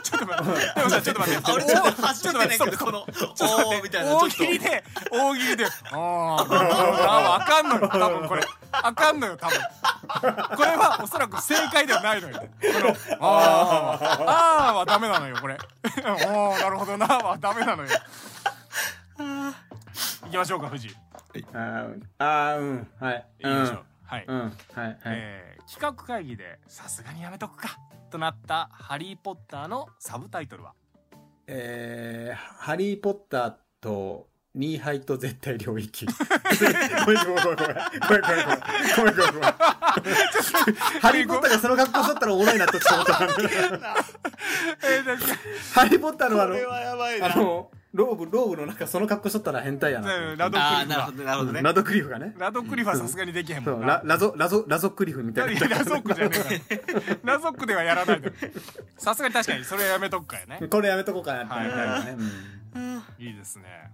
S2: ちょっと待ってでもさちょっと待って
S3: あれちょっと初めてねんけどこの
S2: ちょっと待
S3: お
S2: っ
S3: ー
S2: て
S3: みたいな
S2: 大
S3: ちょ
S2: 喜
S3: っと
S2: 利で大喜利であーなるほどなあわかんのよ多分これあかんのよ多分これはおそらく正解ではないのよこのあーあーはダメなのよこれ ああなるほどなはダメなのよ行きましょうか藤井行
S1: あーうんあーうんはい
S2: き
S1: う
S2: ましょうんはい、
S1: うんはいはい
S2: えー企画会議でさすがにやめとくかとなった「ハリー・ポッター」のサブタイトルは
S1: えーハリー・ポッターとニーハイと絶対領域ごめんごめんごめんごめんごめんごめんごめんごめんごめんハリー・ポッターがその格好しとったらおもろいなとちょっと思った
S2: えー、だって
S1: ハリー・ポッターのあの
S3: やばい
S1: あのローブローブの中その格好しとったら変態やな
S2: ラド
S3: ああ
S2: クリ
S3: な
S2: フ
S3: る
S2: は
S3: ほどなるほどね
S1: ラドクリフがね
S2: ラドクリフはさすがにできへん
S1: そ
S2: もん
S1: う
S2: な
S1: ララゾラゾラゾクリフみ
S2: いや
S1: たいな
S2: ラゾックじゃねえからラゾックではやらないでさすがに確かにそれはやめとくからね
S1: これやめとこうかなってなるよね
S2: いいですね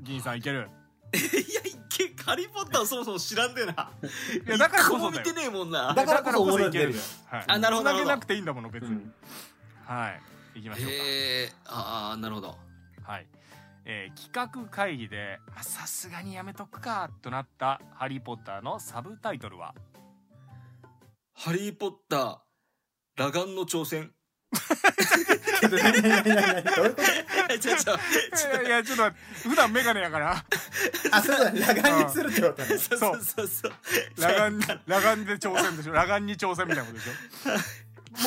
S2: 銀さんいける
S3: いやいけハリー・ポッターそもそも知らんでない
S2: やだからこそだよ
S3: 一個も見てねえもんな
S1: だからこそおもろい
S2: い
S1: の出るよ
S2: はい、
S3: あなるほど
S2: つなげなくていいんだもの別
S1: うん
S2: に、はいいきましょうか
S3: へえああなるほど
S2: はい、えー企画会議でまあさすがにやめとくかとなった「ハリー・ポッター」のサブタイトルは
S3: ハリー・ポッター裸眼の挑 戦
S1: ちょっと何何何何どういうこと
S3: ちょちょちょ
S2: いやちょっと待って普段メガネやから
S1: あそうだ裸眼にするってことね
S3: そうそうそうそう
S2: 裸眼裸眼で挑戦でしょ裸眼に挑戦みたいなことでし ょ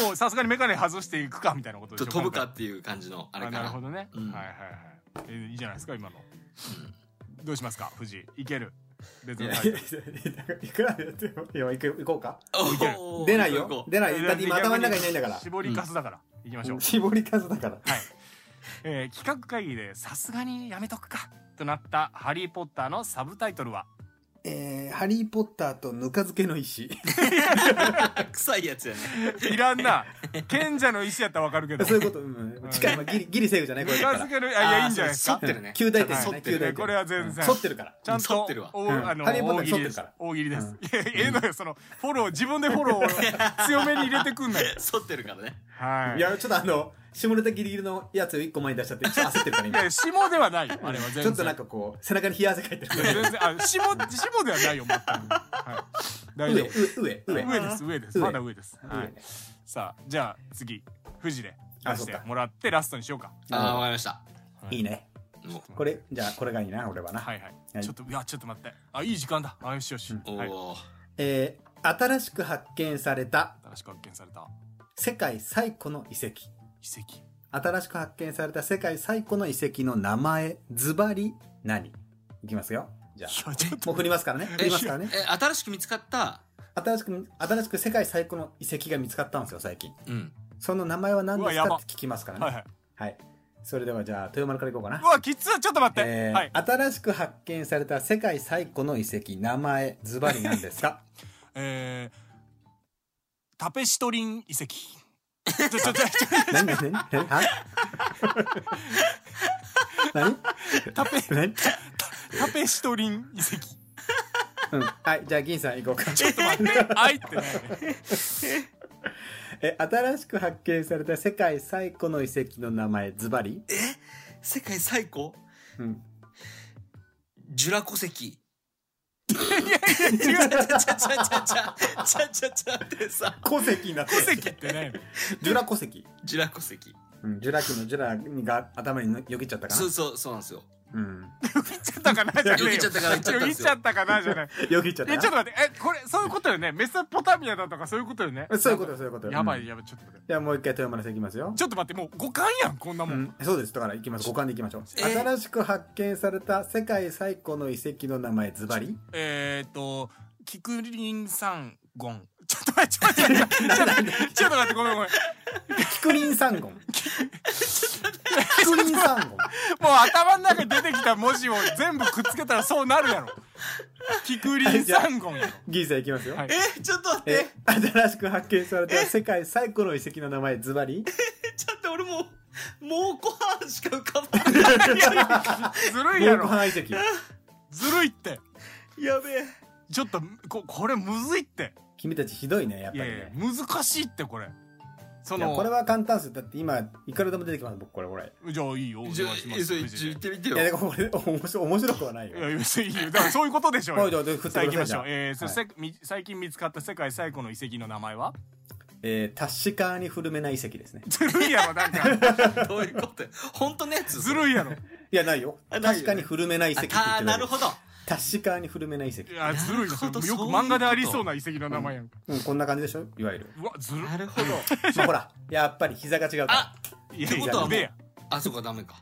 S2: もうさすがにメガネ外していくかみたいなことで
S3: ち
S2: し
S3: ょ
S2: ょ
S3: 飛ぶかっていう感じのあれ
S2: あ
S3: か
S2: な
S3: な
S2: るほどね、
S3: うん
S2: はいはいはいえいいじゃないですか今の、どうしますか藤井いける別
S1: い
S2: の
S1: や
S2: タイ
S1: い
S2: ト
S1: や
S2: ル
S1: いくらでやってもいやいく行こうか
S3: おー
S1: 出ない
S3: 行こ
S1: よ
S3: う
S1: 出ないよだって今頭の中にないんだか
S2: 逆に
S1: ら
S2: 絞りかすだから、行きましょう、
S1: 絞り数だから
S2: はい、えー企画会議でさすがにやめとくかとなった「ハリー・ポッター」のサブタイトルは
S1: えーハリー・ポッターとぬか漬けの石
S3: 臭いやつやね
S2: いら んな賢者の石やったらわかるけど
S1: そういうことうん近いまあギリギリセーフじゃないこ
S2: ぬ
S1: れ
S2: か
S1: だ
S2: 漬
S1: か
S2: け るあいや
S3: あー
S2: いいんじゃないですか
S3: そう剃ってるね
S1: ら9大点
S2: はい
S1: ね9大点
S2: これは全然
S1: 反ってるから
S2: ちゃん
S3: 剃
S2: と
S3: ってるわ
S2: お
S1: うん
S2: あの
S1: ハリーポッター
S2: 大喜利
S1: 剃って
S2: で
S1: る
S2: す
S1: から
S2: 大喜利です、い やええのよそのフォロー自分でフォローを強めに入れてくんなよ
S3: 剃ってるからね
S2: はい
S1: いやちょっとあの下ネタギリギリのやつを1個前に出しちゃってちょっと焦ってるから
S2: い
S1: 今
S2: や霜ではないよあれは全然
S1: ちょっとなんかこう背中に冷や汗かいてる
S2: いや全然あ霜霜ではないよ全く、はい、大丈
S1: 上
S2: 夫
S1: 上上上
S2: 上です上です
S1: 上
S2: まだ上です、は
S1: 上
S2: い、さあじゃあ次富士で
S1: あ
S2: 出して
S1: そっか
S2: もらってラストにしようか
S3: ああわかりました
S1: いいね
S3: も
S1: これじゃあこれがいいな俺はな
S2: はいはい、
S1: はい
S2: ちょっといやちょっと待ってあいい時間だあよしよし、
S1: うん
S3: う
S2: はい
S3: おお
S1: えー新しく発見された
S2: 新しく発見された
S1: 世界最古の遺跡
S2: 遺跡
S1: 新しく発見された世界最古の遺跡の名前ズバリ何いきますよじゃあ
S2: いやちょっ
S1: もう
S2: と
S1: 振りますからね振
S3: え
S1: りますからね
S3: え新しく見つかった
S1: 新しく新しく世界最古の遺跡が見つかったんですよ最近
S3: うん
S1: その名前は何です
S2: うわや
S1: か
S2: ば
S1: って聞きますからね
S2: は
S1: はいい、
S2: はい
S1: それではじゃあ豊丸からいこうかな
S2: うわきつちょっと待って、
S1: えー
S2: はい
S1: 新しく発見された世界最古の遺跡名前ズバリ何です か
S2: えー、タペシトリン遺跡ちょちょちょちょ
S1: 何何何何は何
S2: タペ
S1: 何
S2: タペシトリン遺跡
S1: うんはいじゃあ銀さん行こうか
S2: ちょっと待ってあいってないね
S1: え新しく発見された世界最古の遺跡の名前ズバリ、
S3: 世界最高
S1: うん、
S3: ジュラ戸石
S2: 違う違う違う
S3: ちゃちゃちゃちゃちゃちゃちゃちゃってさ
S1: 戸籍になって
S2: 戸籍ってね
S1: ジュラ戸籍、
S3: ジュラ戸石
S1: うん、ジュラ紀のジュラが頭によぎっちゃったかな
S3: そうそうそうなんですよ
S1: うん、
S2: よぎっちゃったかなじゃねえよ
S3: よぎっちゃったから言
S2: よぎっ
S3: っちゃったんです
S2: ち
S3: よ
S2: ゃったかなじゃない
S1: よぎっちゃっ
S2: え
S1: た
S2: ちょっと
S1: な
S2: 待ってえこれそういうことよねメソポタミアだとかそういうことよね
S1: そういうことそういうこと
S2: やば
S1: う
S2: い
S1: ん
S2: やばいちょっと待って
S1: じゃあもう一回富山の人いきますよ
S2: ちょっと待ってもう五感やんこんなも
S1: うんん、そうですだから行きます五感でいきましょう
S3: え
S1: 新しく発見された世界最古の遺跡の名前ズバリ
S2: えーっとキクリンさんゴンちょっと待ってちょっと待ってちょっと待ってちょっと待ってごめんごめんもう
S1: キクリン 三言キクリン三言
S2: 頭の中に出てきた文字を全部くっつけたらそうなるやろキクリン三言やろ
S1: ギーさんいきますよ。
S2: はい
S3: え、ちょっと待って
S1: え。新しく発見された世界最古の遺跡の名前ズバ リ
S3: ちょっと俺もう、もうご飯しか浮かばない。や
S2: ずるいや
S1: 蒙古
S2: ろ
S1: 藩遺跡
S2: ずるいって
S3: べえやべえ。
S2: ちょっとここれむずいって
S1: 君たちひどいねやっ
S2: い
S1: ぱ
S2: や
S1: り
S2: いや
S1: ね
S2: 難しいってこれそ
S1: いや
S2: の
S1: これは簡単ですよだって今いくらでも出てきます僕これこれ
S2: じゃあいいよお願いし
S3: じゃあ、
S2: ます
S3: それ、
S2: 藤
S3: ち
S2: 井
S3: ょ言ってみて
S1: い
S3: よ
S1: や。でもこれ面白面白くはないよ
S2: いや別にいいよだからそういうことでしょう よ
S1: はいじゃあで振って
S2: さあ行
S1: く
S2: き
S1: だ
S2: まし
S1: さ
S2: ょう
S1: い、じゃあ
S2: えーそ
S1: はい
S2: せみ最近見つかった世界最古の遺跡の名前は
S1: えー、タッシカーに古めな遺跡ですね
S2: ずるいやろなんか
S3: どういうこと本当のやつ
S2: ずるいやろい
S1: いやないよ
S3: あないよ
S1: 確かに古めな遺跡って言っ
S3: ああ
S1: て
S3: ー、
S1: な
S3: ないるほど。
S1: タッシカーに古めな遺跡、
S2: やずるいよ
S3: なるほど
S2: よく
S3: そういう
S2: 漫画でありそうな遺跡の名前やんか
S1: うん、こんな感じでしょいわゆ る、
S2: うわずる
S3: なるほど。
S1: まあ、ほらやっぱり膝が違うから
S3: あ、
S2: いや
S1: って
S2: い
S1: ことは
S2: や
S1: もう
S2: 腕や
S3: あそこはダメか。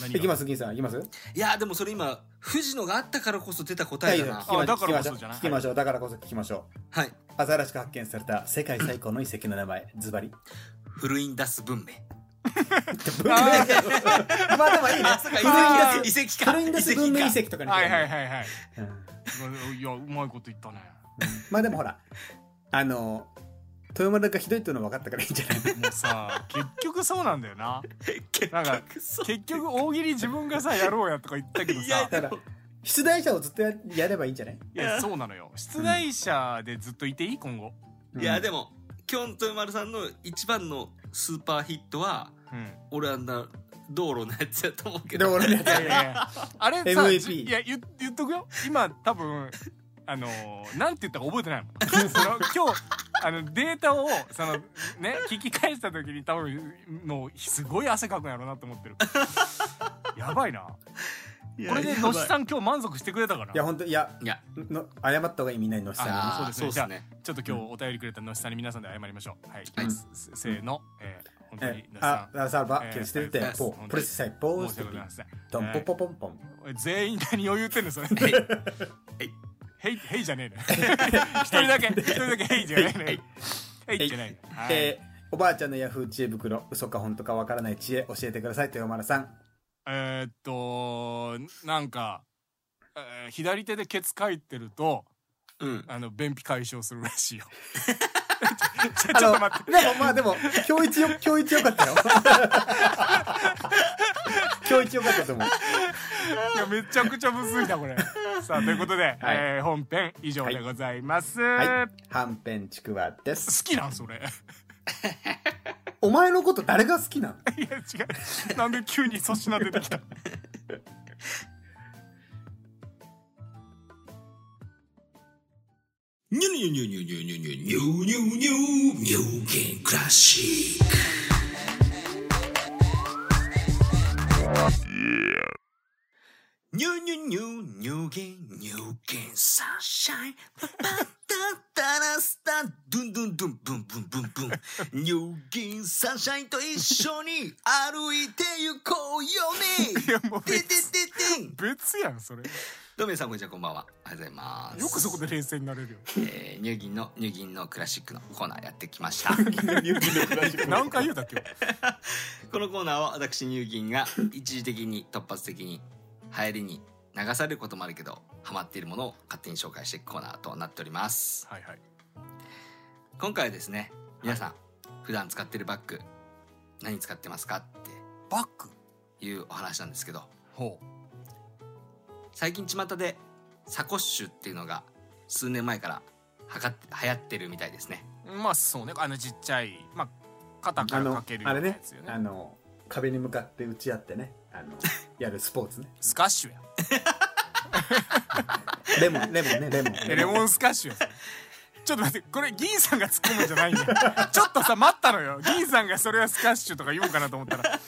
S2: 何が
S1: いきます銀さんいきます
S3: いや、でもそれ今、藤野があったからこそ出た
S1: は
S3: 答
S1: い
S3: え
S1: い
S3: だ
S1: ですよ
S3: な。
S1: 聞きま
S2: あだからこそ
S1: 聞きましょう聞き
S2: じゃない
S1: ましょうだからこそ聞きましょ
S3: はい。
S1: う新しく発見された世界最古の遺跡の名前ズバリ
S3: フルインダス文明。
S1: まあでもいいね
S3: あ、そうか、遺
S2: あ
S3: 跡
S2: ー
S3: だ。遺跡
S1: そ
S3: か。
S1: れに出す文明遺
S3: 遺跡か。
S1: 跡とかに
S2: はいはいはいはい
S1: うん
S2: いやうまいこと言ったね
S1: まあでもほらあの豊丸がひどいっていうのは分かったからいいんじゃ ない
S2: もうさ結局そうなんだよな
S3: 結
S2: なんか
S3: 局、そう。
S2: 結局大喜利自分がさやろうやとか言ったけど
S3: い
S2: さ
S3: やい
S1: だから出題者をずっとややればいいんじゃない、
S2: いやそうなのよ出題者でずっといていい今後
S1: うん
S3: いや、でも、きょんとまるさんの一番のスーパーヒットは、
S2: うん
S3: 俺あんな道路のやつやと思うけ
S1: でも
S3: ど。
S1: 俺のやつ
S2: いやいやいやあれさ
S1: MVP
S2: じいや言言っとくよ今多分あのーなんて言ったか覚えてないもんその今日あのデータをそのね聞き返した時に多分もうすごい汗かくんやろうなと思ってるやばいない
S3: や
S2: これで
S3: やば
S2: の
S3: い
S2: しさん今日満足してくれたかない
S1: や本当いや
S3: いや、
S1: の謝った方がいいみんなにのしさんに
S2: あ
S1: ね
S2: ー
S3: ああ、
S2: そ
S3: そうう
S2: で
S3: です
S2: ね
S3: すね。
S2: ちょっと今日お便りくれたのしさんに皆さんで謝りましょうはい、
S3: はい
S2: せせーの、えー、本当に
S1: え
S2: のし
S1: あ
S2: さ
S1: あさらば
S2: えー
S1: 決してみて
S2: はい
S1: ポ
S2: 本当
S1: ー
S2: に
S1: プレスさいポー
S2: ん申
S1: ス
S2: し
S1: テ
S2: 訳ござい
S1: ィ
S2: ません
S1: トンポポポンポン
S2: 全員何を言ってんのそれ
S3: はい
S2: ヘイヘイじゃねえの一人だけ一人だけヘイじゃねえのよヘイってないのはい
S1: えーおばあちゃんのヤフー知恵袋嘘か本当かわからない知恵教えてください豊丸さん
S2: えーっとなんか、えー左手でケツ書いてると
S3: うん。
S2: あの便秘解消するらしいよちょ
S1: あ
S2: ちょ
S1: の
S2: っと待って
S1: でもまあでも今日一よ今日一よかったよ 今日一よかったと思う
S2: いやめちゃくちゃむずいなこれさあということで、えー本編以上でございます、
S1: はいはんぺんちくわです
S2: 好きなんそれ い
S1: お前のこと誰が好 きなの
S2: や違うなんで急に粗品出てきた
S3: ニュニュニュニュニュニュニュニュニュニュニューゲンクラシック。ニュニュニュニューゲンニューゲンサンシャインパパッタッタラスタドゥンドゥンドゥンブンブンブンブンニューゲンサンシャインと一緒に歩いて行こう
S2: いや
S3: よね
S2: もう
S3: ててててん
S2: 別やんそれよ
S3: どうも皆さんこんにちはこんばんはおはようございます
S2: くそこで冷静になれるよ
S3: えー、乳銀の乳銀のクラシックのコーナーやってきました
S2: 何回言うだ今日
S3: このコーナーは私乳銀が一時的に突発的に流行りに流されることもあるけどハマっているものを勝手に紹介していくコーナーとなっております
S2: はいはい
S3: 今回はですね皆さん、普段使ってるバッグ何使ってますかっ
S2: バック
S3: ていうお話なんですけど
S2: ほ
S3: 最近巷でサコッシュっていうのが数年前からはかって流行ってるみたいですね
S2: うまあそうねあのちっちゃいまあ肩か
S1: あ
S2: ら
S1: の
S2: かけるよ
S1: あれ
S2: うなや
S1: ね
S2: つよね
S1: あの壁に向かって打ち合ってねあのやるスポーツね
S2: スカッシュや
S1: レモンレモンねレモン
S2: え レモンスカッシュやちょっと待ってこれ銀さんが突っ込むんじゃないんだよ ちょっとさ待ったのよ銀さんがそれはスカッシュとか言おうかなと思ったら
S3: い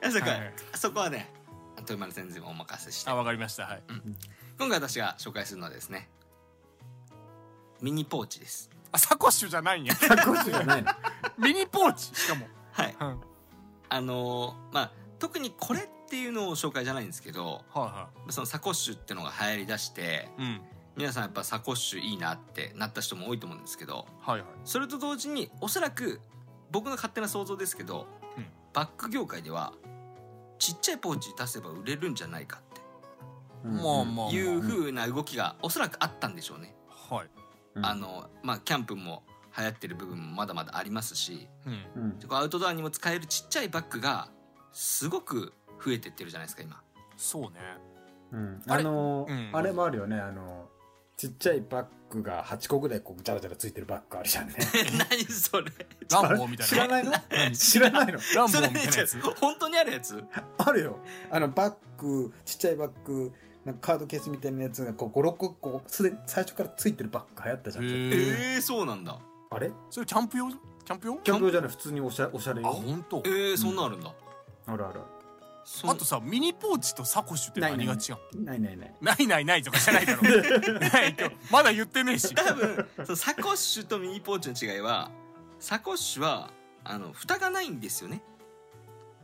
S3: やそこは、
S2: はい
S3: そこはね豊丸先生にお任せして
S2: あわかりましたはい
S3: 今回私が紹介するのはですねミニポーチです
S2: あサコッシュじゃ ないんや
S1: サコッシュじゃないの
S2: ミニポーチしかも
S3: はい
S2: うんはい
S3: あのーまあ特にこれっていうのを紹介じゃないんですけど
S2: は
S3: そのサコッシュってのが流行りだして
S2: いうん
S3: 皆さんやっぱサコッシュいいなってなった人も多いと思うんですけど
S2: はいはい
S3: それと同時におそらく僕の勝手な想像ですけど、
S2: うん
S3: バッグ業界ではちっちゃいポーチ出せば売れるんじゃないかって
S1: うん
S2: まあまあ、
S3: いう風な動きがおそらくあったんでしょうね。
S2: はい、
S1: うん
S3: あのまあキャンプも流行ってる部分もまだまだありますし
S2: うん、
S1: うん
S3: こうアウトドアにも使えるちっちゃいバッグがすごく増えてってるじゃないですか今。
S2: そうね
S1: うん
S2: あ
S1: あ
S2: れ
S1: の
S2: うん
S1: あれもあるよねあのちっちゃいバッグが8個ぐらいこうジャラジャラついてるバッグあるじゃん ね
S3: 何それ
S2: ランボーみた
S1: 知ら
S2: いな
S1: ないの知らないの
S2: ランボ
S3: そ
S2: ー
S3: れ
S2: みたいなやつ
S3: じゃあ本当にあるやつ
S1: あるよあのバッグちっちゃいバッグなんかカードケースみたいなやつがこう56個こうすで最初からついてるバッグ流行ったじゃん、
S3: え
S2: へえ
S3: ー、そうなんだ。
S1: あれ
S2: それキャンプ用キャンプ用
S1: キャンプ用じゃない普通におしゃおしゃれ
S2: あ
S1: よ
S2: 本当
S3: え。ー、そんなんあるんだ。
S1: あるある
S3: そん
S2: あとさミニポーチとサコッシュって何が違う
S1: ないないない
S2: ないないないとかじゃないだろ ないとまだ言ってねえ し
S3: 多分そのサコッシュとミニポーチの違いはサコッシュはあの蓋がないんですよね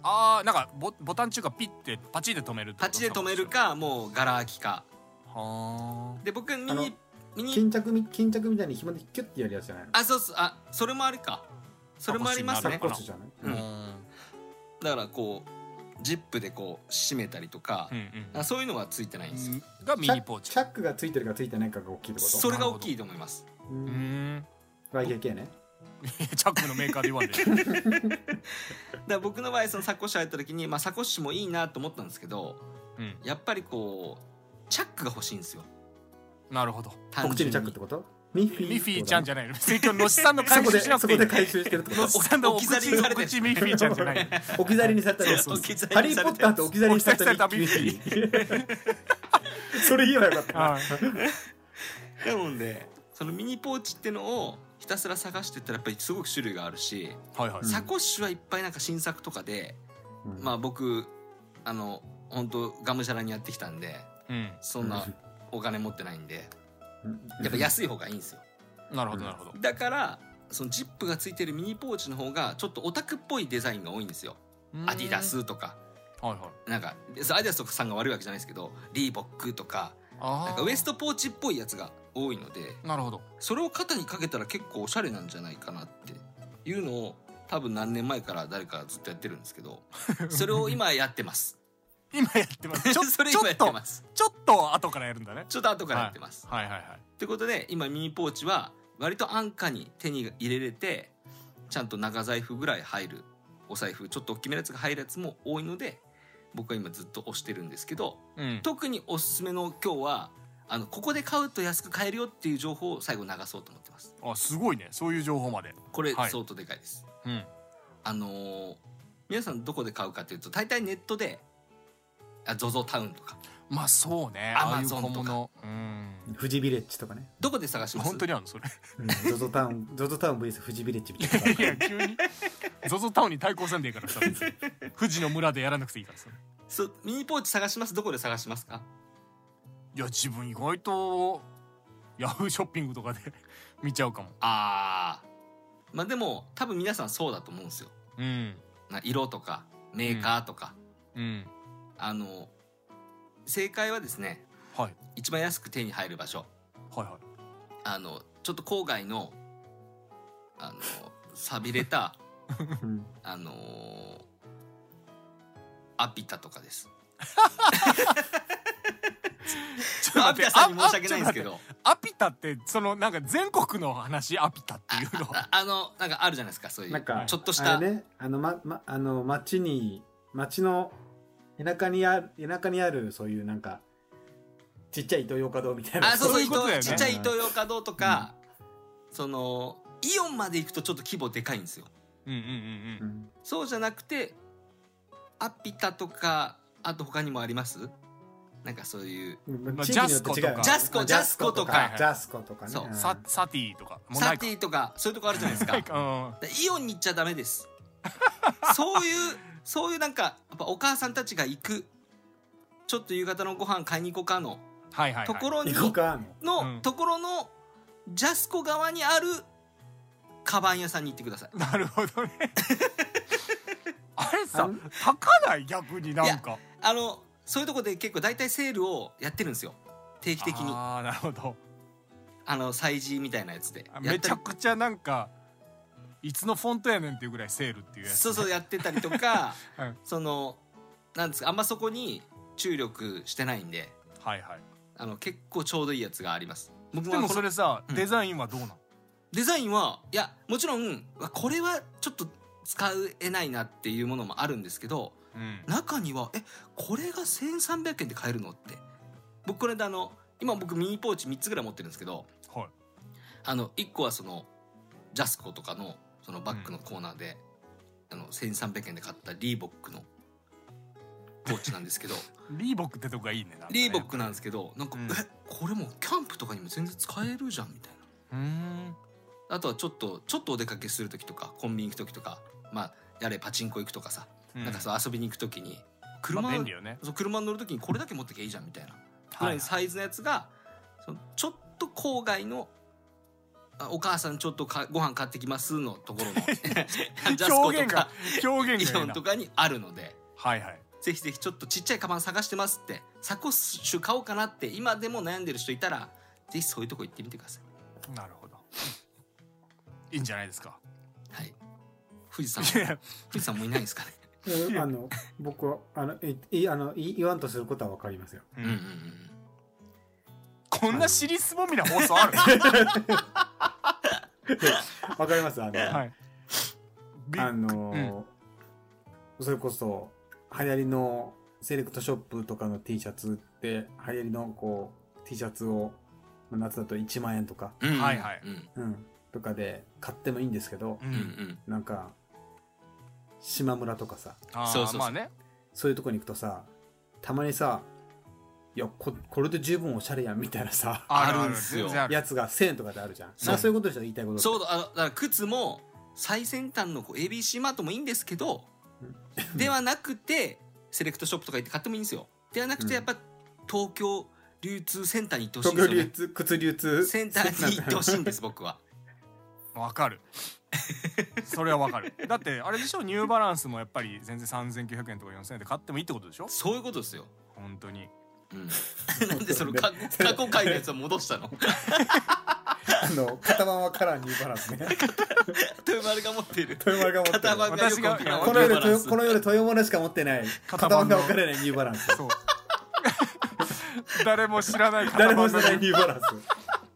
S2: あーなんかボボタン中がピッてパチで止めるってこ
S3: パ
S2: と
S3: チで止めるかもうガラ空きか
S2: は
S3: で僕ミ
S1: あの
S3: ニミニ
S1: 巾着み巾着みたいに紐でキュッてやるやつじゃないの
S3: あそうそうあそれもあるかそれもあります
S2: サ
S1: サ
S2: コ
S1: ッ
S3: ね
S2: ッシュ
S1: コッシュ
S2: になる
S1: じゃない
S2: あー
S3: うん
S2: うん
S3: だからこうジップでこう締めたりとか
S2: う、ん
S3: あそういうのはついてないんですよ、
S2: うんがミニポーチ
S1: チャックがついてるかついてないかが大きいってこと
S3: それが大きいと思います
S1: う
S2: うんん
S1: YKK ね
S2: チャックのメーカーで言わ んで
S3: だから僕の場合そのサコッシュ入った時に、まあ、サコッシュもいいなと思ったんですけど
S2: うん
S3: やっぱりこうチャックが欲しいんですよ
S2: なるほど
S1: お
S3: 単
S1: 口
S3: 純
S1: に
S3: に
S1: チャックってことミッフィー
S2: ミッフィーちゃんじ
S1: ゃ
S2: ゃないの別に今日のしさんの
S1: そ
S2: 回
S1: こ
S2: 収
S1: で
S2: しなく
S1: そ
S2: てい
S1: こ
S2: いの
S1: で回収してるってこ
S2: の
S1: と
S2: しさんのお
S3: 置き去りにされてる
S2: 口ミッフィーちゃんじゃ ないの
S1: 置き去りにされたり
S3: そうそう置き去りにされた
S1: ハリー・ポッターと置き去りにされたり
S2: 置き去りに
S1: それ言えばよかった
S2: はい
S3: なのでそのミニポーチってのをひたすら探してったらやっぱりすごく種類があるし、
S2: はいはい
S1: うん
S3: サコッシュはいっぱいなんか新作とかで、まあ僕あの本当がむしゃらにやってきたんで
S2: うん
S3: そんなお金持ってないんで
S1: あ
S3: やっぱ安い方がいいんですよ
S2: なるほどなるほど
S3: だからそのジップがついてるミニポーチの方がちょっとオタクっぽいデザインが多いんですよアディダスとか
S2: はいはい
S3: なんかでそうアディダスとかさんが悪いわけじゃないですけどリーボックとか
S2: あ
S3: な
S2: ー
S3: んかウエストポーチっぽいやつが多いので
S2: なるほど
S3: それを肩にかけたら結構おしゃれなんじゃないかなっていうのを多分何年前から誰かずっとやってるんです けどそれを今やってます
S2: 今やってます ちょ
S3: それ
S2: ちょ
S3: 今や
S2: っ
S3: って
S2: と
S3: ます
S2: ちょっと後からやるんだね
S3: ちょっと後からやってます、
S2: はいはいはい
S3: ってことで今ミニポーチは割と安価に手に入れれてちゃんと長財布ぐらい入るお財布ちょっと大きめのやつが入るやつも多いので僕は今ずっと押してるんですけど
S2: うん
S3: 特におすすめの今日はあのここで買うと安く買えるよっていう情報を最後流そうと思ってます
S2: あすごいねそういう情報まで
S3: これ
S2: はい
S3: 相当でかいです、
S2: うん
S3: あのー皆さんどこで買うかというと大体ネットであ ZOZO タウンとか
S2: まあそうね
S3: Amazon
S2: ああいう小物
S3: と
S2: うん
S1: 富士ビレッジとかね
S3: どこで探します
S2: 本当にあるのそれ
S1: ゾゾタウンゾゾタウン VS 富士ビレッジみたい
S2: いや 急に ZOZO タウンに対抗せんでいいからさ 別に富士の村でやらなくていいからさ
S3: そうミニポーチ探しますどこで探しますか
S2: いや自分意外とヤフーショッピングとかで 見ちゃうかも
S3: あーまあでも多分皆さんそうだと思うんですよ
S2: うん
S3: な色とかメーカーとか、
S2: うん
S3: あの正解はですね
S2: はい
S3: 一番安く手に入る場所
S2: はいはい
S3: あのちょっと郊外のあの寂れた
S1: な、うん
S3: あのアピタとかです
S2: ちょっと
S3: ア
S2: 待
S3: ピ
S2: って
S3: タさんに申し訳ないんです
S2: ああちょっと待
S3: け
S2: って
S3: ど
S2: アピタってそのなんか全国の話アピタっていうの
S3: ああのなんかあるじゃないですかそうい
S1: なん
S3: う
S1: か
S3: ちょっとした
S1: あれねあのままあの町に町の田舎にある田舎にあるそういうなんかちっちゃいイトーヨーカドーみたいな
S3: あそう
S2: そ
S3: そうう
S2: いうことだよね
S3: ちっちゃいイトーヨーカドーとか、そのイオンまで行くとちょっと規模でかいんですよ
S2: うんうんうんう
S1: うんん
S3: そうじゃなくてアピタとかあと他にもありますなんかそういう
S2: まあ
S1: 地域によって違うよね
S2: ジャ
S3: スコジャスコとか
S1: ジャスコとかね
S3: そう
S2: ササティとかもうな
S3: サ
S2: いか
S3: ティとかそういうとこあるじゃないですか
S2: ないかうん
S3: でイオンに行っちゃダメです そういうそういうなんかやっぱお母さんたちが行くちょっと夕方のご飯買いに行こうかの
S2: はいはいはい
S3: ところに、
S1: 行こうかの
S3: の、
S2: うん
S3: ところのジャスコ側にあるカバン屋さんに行ってください
S2: なるほど ねあれ
S1: あ
S2: さ
S1: の
S2: 高ない逆になんか
S3: あのそういうとこで結構大体セールをやってるんですよ定期的にあ
S2: ああなるほど
S3: の催事みたいなやつで
S2: あ
S3: や
S2: め
S3: っ
S2: ち
S3: た
S2: ゃ
S3: り
S2: くちゃなんかいつのフォントやねんっていうぐらいセールっていうやつ
S3: そうそうやってたりとか、
S2: うん
S3: そのなんですかあんまそこに注力してないんで
S2: はいはい
S3: あの結構ちょうどいいやつがあります僕
S2: で
S3: は
S2: も
S3: こ
S2: そ
S3: の
S2: れさ、
S3: うん
S2: デザインはどうなの
S3: デザインはいやもちろんあこれはちょっと使えないなっていうものもあるんですけど
S2: うん
S3: 中にはえこれが1300円で買えるのって僕これであの今僕ミニポーチ3つぐらい持ってるんですけど
S2: はい
S3: あの1個はそのジャスコとかのそのバッグのコーナーで、あの1300円で買ったリーボックのポーチなん ですけど
S2: リーボックってとこがいいねなんかね
S3: リーボックなんですけどなんか、
S2: うん
S3: えこれもうキャンプとかにも全然使えるじゃんみたいな。
S2: うーん
S3: あとはちょっとちょっとお出かけする時とかコンビニ行く時とかまあやれパチンコ行くとかさ、
S2: うん
S3: なんかそう遊びに行く時に車,、
S2: まあ便利よね
S3: そう車に乗る時にこれだけ持ってきゃいいじゃんみたいなぐ
S2: は
S3: ら
S2: い
S3: いのサイズのやつが、そのちょっと郊外のあお母さんちょっとかご飯買ってきますのとこ ろのジャスコ
S2: 表
S3: と
S2: 現が
S3: か
S2: 表
S3: イ
S2: 現がいい
S3: オン
S2: な
S3: とかにあるので
S2: はいはい
S3: ぜひぜひちょっとちっちゃいカバン探してますってサコッシュ買おうかなって今でも悩んでる人いたらぜひそういうとこ行ってみてください。
S2: なるほどいいんじゃないですか
S3: はい、富士
S2: い
S3: 山
S2: や
S3: 富士山もいないんですかね
S2: や
S1: あの僕はあのえいあのい言わんとすることはわかりますよ
S2: う
S3: うんうんうん
S2: ん、こんな尻すぼみな放送ある
S1: わかりますあの、
S2: はいび
S1: あのーそれこそ流行りのセレクトショップとかの T シャツって流行りのこう T シャツをまあ夏だと1万円とか、
S3: うんうん
S2: はいはい
S3: うん
S1: うん、とかで買ってもいいんですけど
S2: う、
S3: うんうんん
S1: なんか島村とかさ
S2: あー
S3: そうそうそう
S2: まあね
S1: そういうとこに行くとさたまにさいやここれで十分おしゃれやんみたいなさ
S3: あるんすよ
S2: 全然ある
S1: やつが1000円とかであるじゃん
S3: そ
S1: そ
S3: う
S1: うそういうことでしょ言いたいこと
S3: そうだあのだから靴も最先端のこう ABC マートもいいんですけどではなくてセレクトショップとか行って買ってもいいんですよではなく
S1: うん
S3: てやっぱ東京流通センターに行ってほしいんで
S1: 東
S3: す
S1: 京
S3: よ
S1: 流
S3: ね
S1: 通靴流通
S3: センターに行ってほしいんです僕は
S2: わかるそれはわかるだってあれでしょニューバランスもやっぱり全然3900円とか4000円で買ってもいいってことでしょ
S3: そういうことですよ
S2: 本当に
S3: うんなんでその過去過去回のやつを戻したの
S1: あの片番はカラーにバラン スね
S3: 豊丸が持っている
S1: 豊丸が持って
S3: 片番
S1: る
S3: がよくわからない
S1: この
S3: ニューバラン
S1: 夜
S3: ス
S1: とこの夜豊丸しか持ってない
S2: 片
S1: 片
S2: 番
S1: 番が
S2: の
S1: 分からないニューバランス
S2: そう 誰も知らない
S1: 誰
S2: 方
S1: も
S2: 々
S1: 知らないニューバラン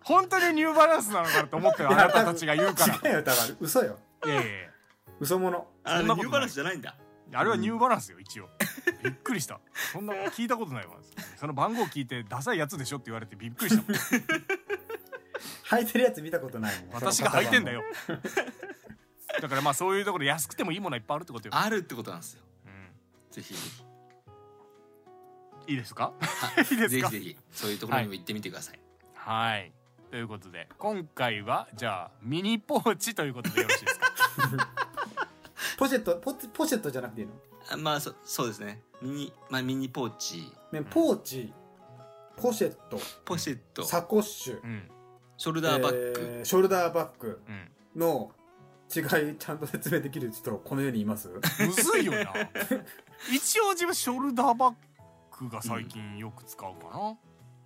S2: 本当にニューバランスなのかなと思ってるあなたたちが言うか
S1: ス違うよ歌丸嘘よ
S2: らいやいやい
S1: 嘘物
S3: あ
S2: そん
S3: ニ
S2: な
S3: ュ
S2: ことない
S3: ーバランスじゃないんだ
S2: やあれはニューバランスよ一応びっくりしたそんな聞いたことないわその番号聞いてダサいやつでしょって言われてびっくりしたもん
S1: 履いてるやつ見たこと ないもん
S2: 私が履いてんだよだからまあそういうところ安くてもいいものはいっぱいあるってことよ、
S3: あるってことなんですよ
S2: うん
S3: ぜひ
S2: いいですか
S3: はい
S2: いいです
S3: ぜ
S2: か
S3: ひぜひそういうところにも行ってみてください
S2: はいということで今回はじゃあミニポーチということでよろしいですか
S1: ポシェットポポシェットじゃなくていいの
S3: あまあそそうですねミニ,、まあ、ミニポーチ
S1: ねポーチポシェット
S3: ポシェットシ
S1: サコッシュ
S2: うん
S3: ョルダーバッグ、
S1: えーショルダーバッグ
S2: うん
S1: の違いちゃんと説明できる人この世にいます
S2: むずいよな一応自分ショルダーバッグが最近よく使うかな、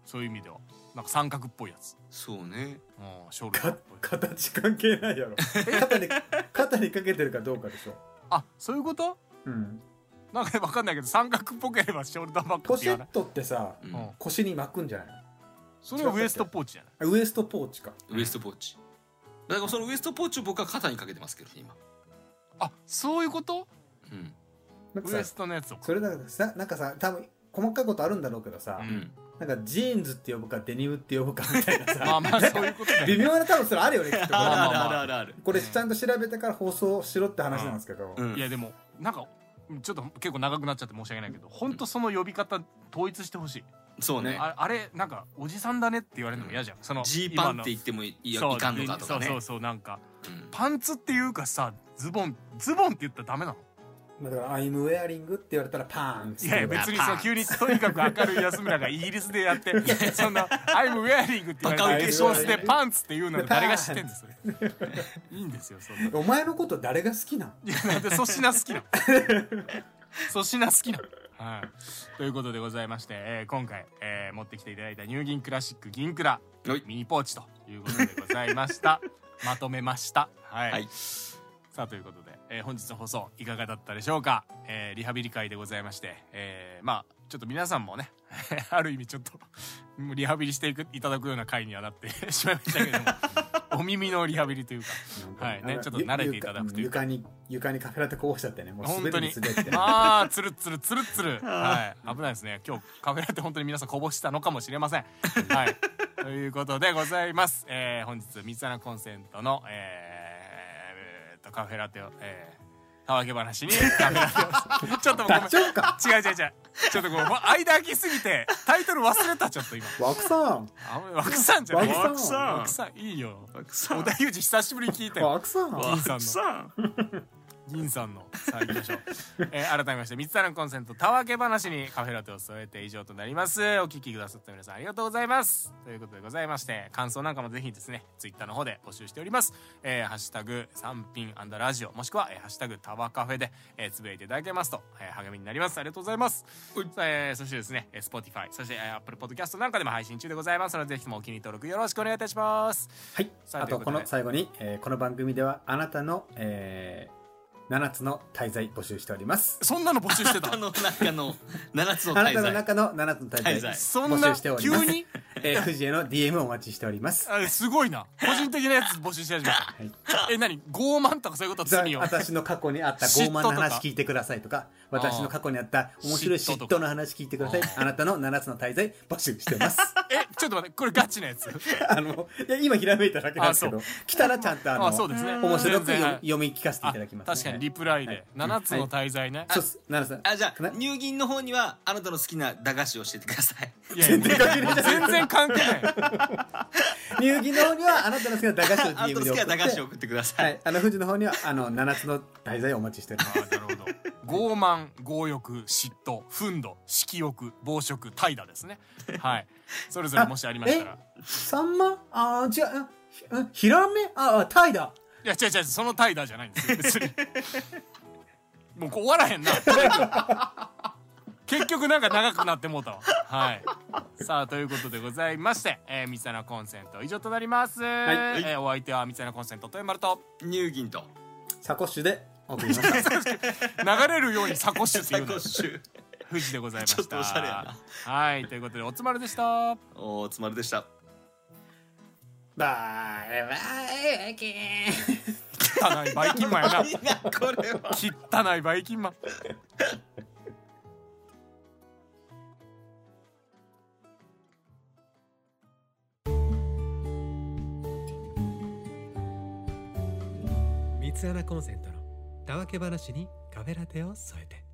S2: そういう意味ではなんか三角っぽいやつ、
S3: そうね
S2: うん、ショルダー
S1: か
S2: っぽい
S1: 形関係ない やろ肩に肩にかけてるかどうかでしょ、
S2: あそういうこと
S1: うん、
S2: なんかわかんないけど三角っぽければショルダーバッグ
S1: ポ
S2: って
S1: シ
S2: 言
S1: ェ
S2: わな
S1: ッ
S2: い、
S1: トってさ
S3: うん
S2: うん、
S1: 腰に巻くんじゃないの
S2: それはウエストポーチじゃない
S1: あウエストポーチか
S3: ウエストポーチだからそのウエストポーチを僕は肩にかけてますけど今、
S2: あそういうこと
S3: うん
S1: なん
S2: ウ
S1: か
S2: エ
S1: さ
S2: ストのやつを
S1: それだからさなんかさ多分細かいことあるんだろうけどさ、
S2: う
S3: うんん、
S1: なんかジーンズって呼ぶかデニムって呼ぶかみたいなさ
S2: まあまあそういうことだよ
S1: 微妙な多分それあるよ ねきっとこれ
S2: まあまあ
S1: は
S2: まあ
S3: るある
S1: これちゃんと調べてから放送しろって話なんですけど、
S3: うん
S2: いやでもなんかちょっと結構長くなっちゃって申し訳ないけど本当その呼び方統一してほしい
S3: そうね
S2: ああれなんかおじさんだねって言われるのも嫌じゃんその
S3: ジーパンって言
S2: い
S3: ってもいいやいかんのかとかね
S2: そうそううそうなんか
S3: ん
S2: パンツっていうかさズボンズボンって言ったらダメなの
S1: まあだから「アイムウェアリング」って言われたらパーンっつ
S2: い
S1: って
S2: やいや別に
S3: パ
S2: さ
S3: ンツ
S2: 急にとにかく明るい安村がイギリスでや ってそんな「I'm wearing」って言
S3: バ
S2: わ
S3: カ
S2: れ
S3: ウ
S2: て
S3: ケ
S2: ス
S1: しようね
S2: でパンツっていうの誰が知ってんですそれ いいんですよそんな
S1: お前のこと誰が好きなん
S2: いやなんで粗品好きなの粗品好きなのはい、ということでございまして、えー今回、えー持ってきていただいたニューギンクラシック銀クラ
S3: はい
S2: ミニポー チということでございましたまとめましたはい、
S3: はい
S2: さあということで、えー本日の放送いかがだったでしょうか、えーリハビリ会でございまして、えーまあちょっと皆さんもね ある意味ちょっともうリハビリしていくいただくような会にはなってしまいましたけ れどもお耳のリハビリというかはいねちょっと慣れていただくというか
S1: 床に、床にカフェラテこぼしちゃってね。もう
S2: 本
S1: 滑
S2: 当
S1: り
S2: に
S1: に滑って。
S2: ま あつるつるつるつるはい危ないですね今日カフェラテ本当に皆さんこぼしたのかもしれませんはいということでございます、えー本日三つ穴コンセントのえーえーっとカフェラテをえーたわけ話にカフェラテをちょっともうごめん
S5: 大丈夫か
S2: 違う違う違うちょっとこうもう間空きすぎてタイトル忘れたちょっと今
S1: 枠さん
S2: あ枠さんじゃない
S1: 枠
S2: さ
S1: さ
S2: ん
S1: ん
S2: 枠さんいいよ
S3: たくさん
S2: 小田裕二久しぶりに聞いたよ
S1: 枠さん
S2: 銀さんの
S3: たくさん
S2: 銀さんのさあ行きま しょう、えー改めまして三つ穴のコンセントたわけ話にカフェラテを添えて以上となりますお聞きくださった皆さんありがとうございますということでございまして感想なんかもぜひですねツイッターの方で募集しておりますえーハッシュタグ三品アンダーラジオもしくは、えーハッシュタグタワカフェで、えーつぶやいていただけますと、えー励みになりますありがとうございます、えーそしてですねえー Spotify そして、えー Apple Podcast なんかでも配信中でございますのでぜひともお気に入り登録よろしくお願いいたします
S1: はい。
S2: さあ
S1: あと、
S2: とい
S1: こ
S2: うことで
S1: の最後に、えーこの番組では、あなたの、えー、7つの滞在募集しております。
S2: そんなの募集して た
S3: あの中の7つの
S1: あな
S3: 滞
S1: たの
S3: 在
S1: 中の7つの滞在
S3: 滞在
S2: そ
S1: 募
S2: んな
S1: 集しておりま
S2: 急
S1: す。
S2: に
S1: えー、藤江の DM をお待ちしております。
S2: あすごいな個人的なやつ募集し始め た
S1: はい、
S2: え何傲慢とかそういうこと
S1: ざ
S2: 罪を
S1: 私の過去にあった
S2: 嫉
S1: 傲
S2: 妬と
S1: 慢
S2: か
S1: な話聞いてくださいとか私の過去にあった面白い
S2: 嫉
S1: 嫉
S2: 妬とか
S1: 妬の話聞いてください
S2: あ
S1: あなたの7つの滞在募集してます
S2: えちょっと待ってこれガチなやつ
S1: あのいや今ひらめいただけなんですけ
S2: あ
S1: ど来たらちゃんとあの
S2: あそうですね
S1: 面白く
S2: 全然はい
S1: 読み読み聞かせていただきます、
S2: あ確かにリプライ
S1: は
S2: で
S1: い
S2: 7つの滞在ね
S1: そうっす7つの
S3: あじゃあ
S1: な
S3: 入銀の方にはあなたの好きな駄菓子を教えてください
S2: いやいや
S1: 全然関係ないじゃない
S2: 全然関係ない
S1: 入銀の方に はあなたの好きな駄 菓子を
S3: あな
S1: DM
S3: たの
S1: で
S3: 好き
S1: 送
S3: な
S1: って
S3: 駄菓子を送ってくださ、
S1: はいい、あの富士の方にはあの7つの滞在をお待ちしております
S2: あなるほど傲慢強欲嫉妬憤怒色欲暴食怠惰ですねはいそれぞれもしありましたら
S1: さんまあー違ううんうんひらめああタイだ
S2: いや違う違うその怠惰じゃないんですよ別にもう終わらへんな 結局なんか長くなってもうたわはいさあということでございまして、えー、三つ穴コンセント以上となります、
S1: はい
S2: えーお相手は三つ穴コンセントと丸と
S3: 入銀と
S1: サコッシュでお送りしま した
S2: 流れるようにサ コッシュって
S3: サ
S2: 言う
S3: コ
S2: の
S3: ッシュ
S2: 富士でございました
S3: ちょっとおしゃれや
S2: はいということでおつまるでした
S3: おおつまるでした
S1: バイバイキーン
S2: 汚いバイキンマン やない
S3: いなこれは
S2: 汚いバイキンマン
S6: 三つ穴コンセントのたわけ話にカフェラテを添えて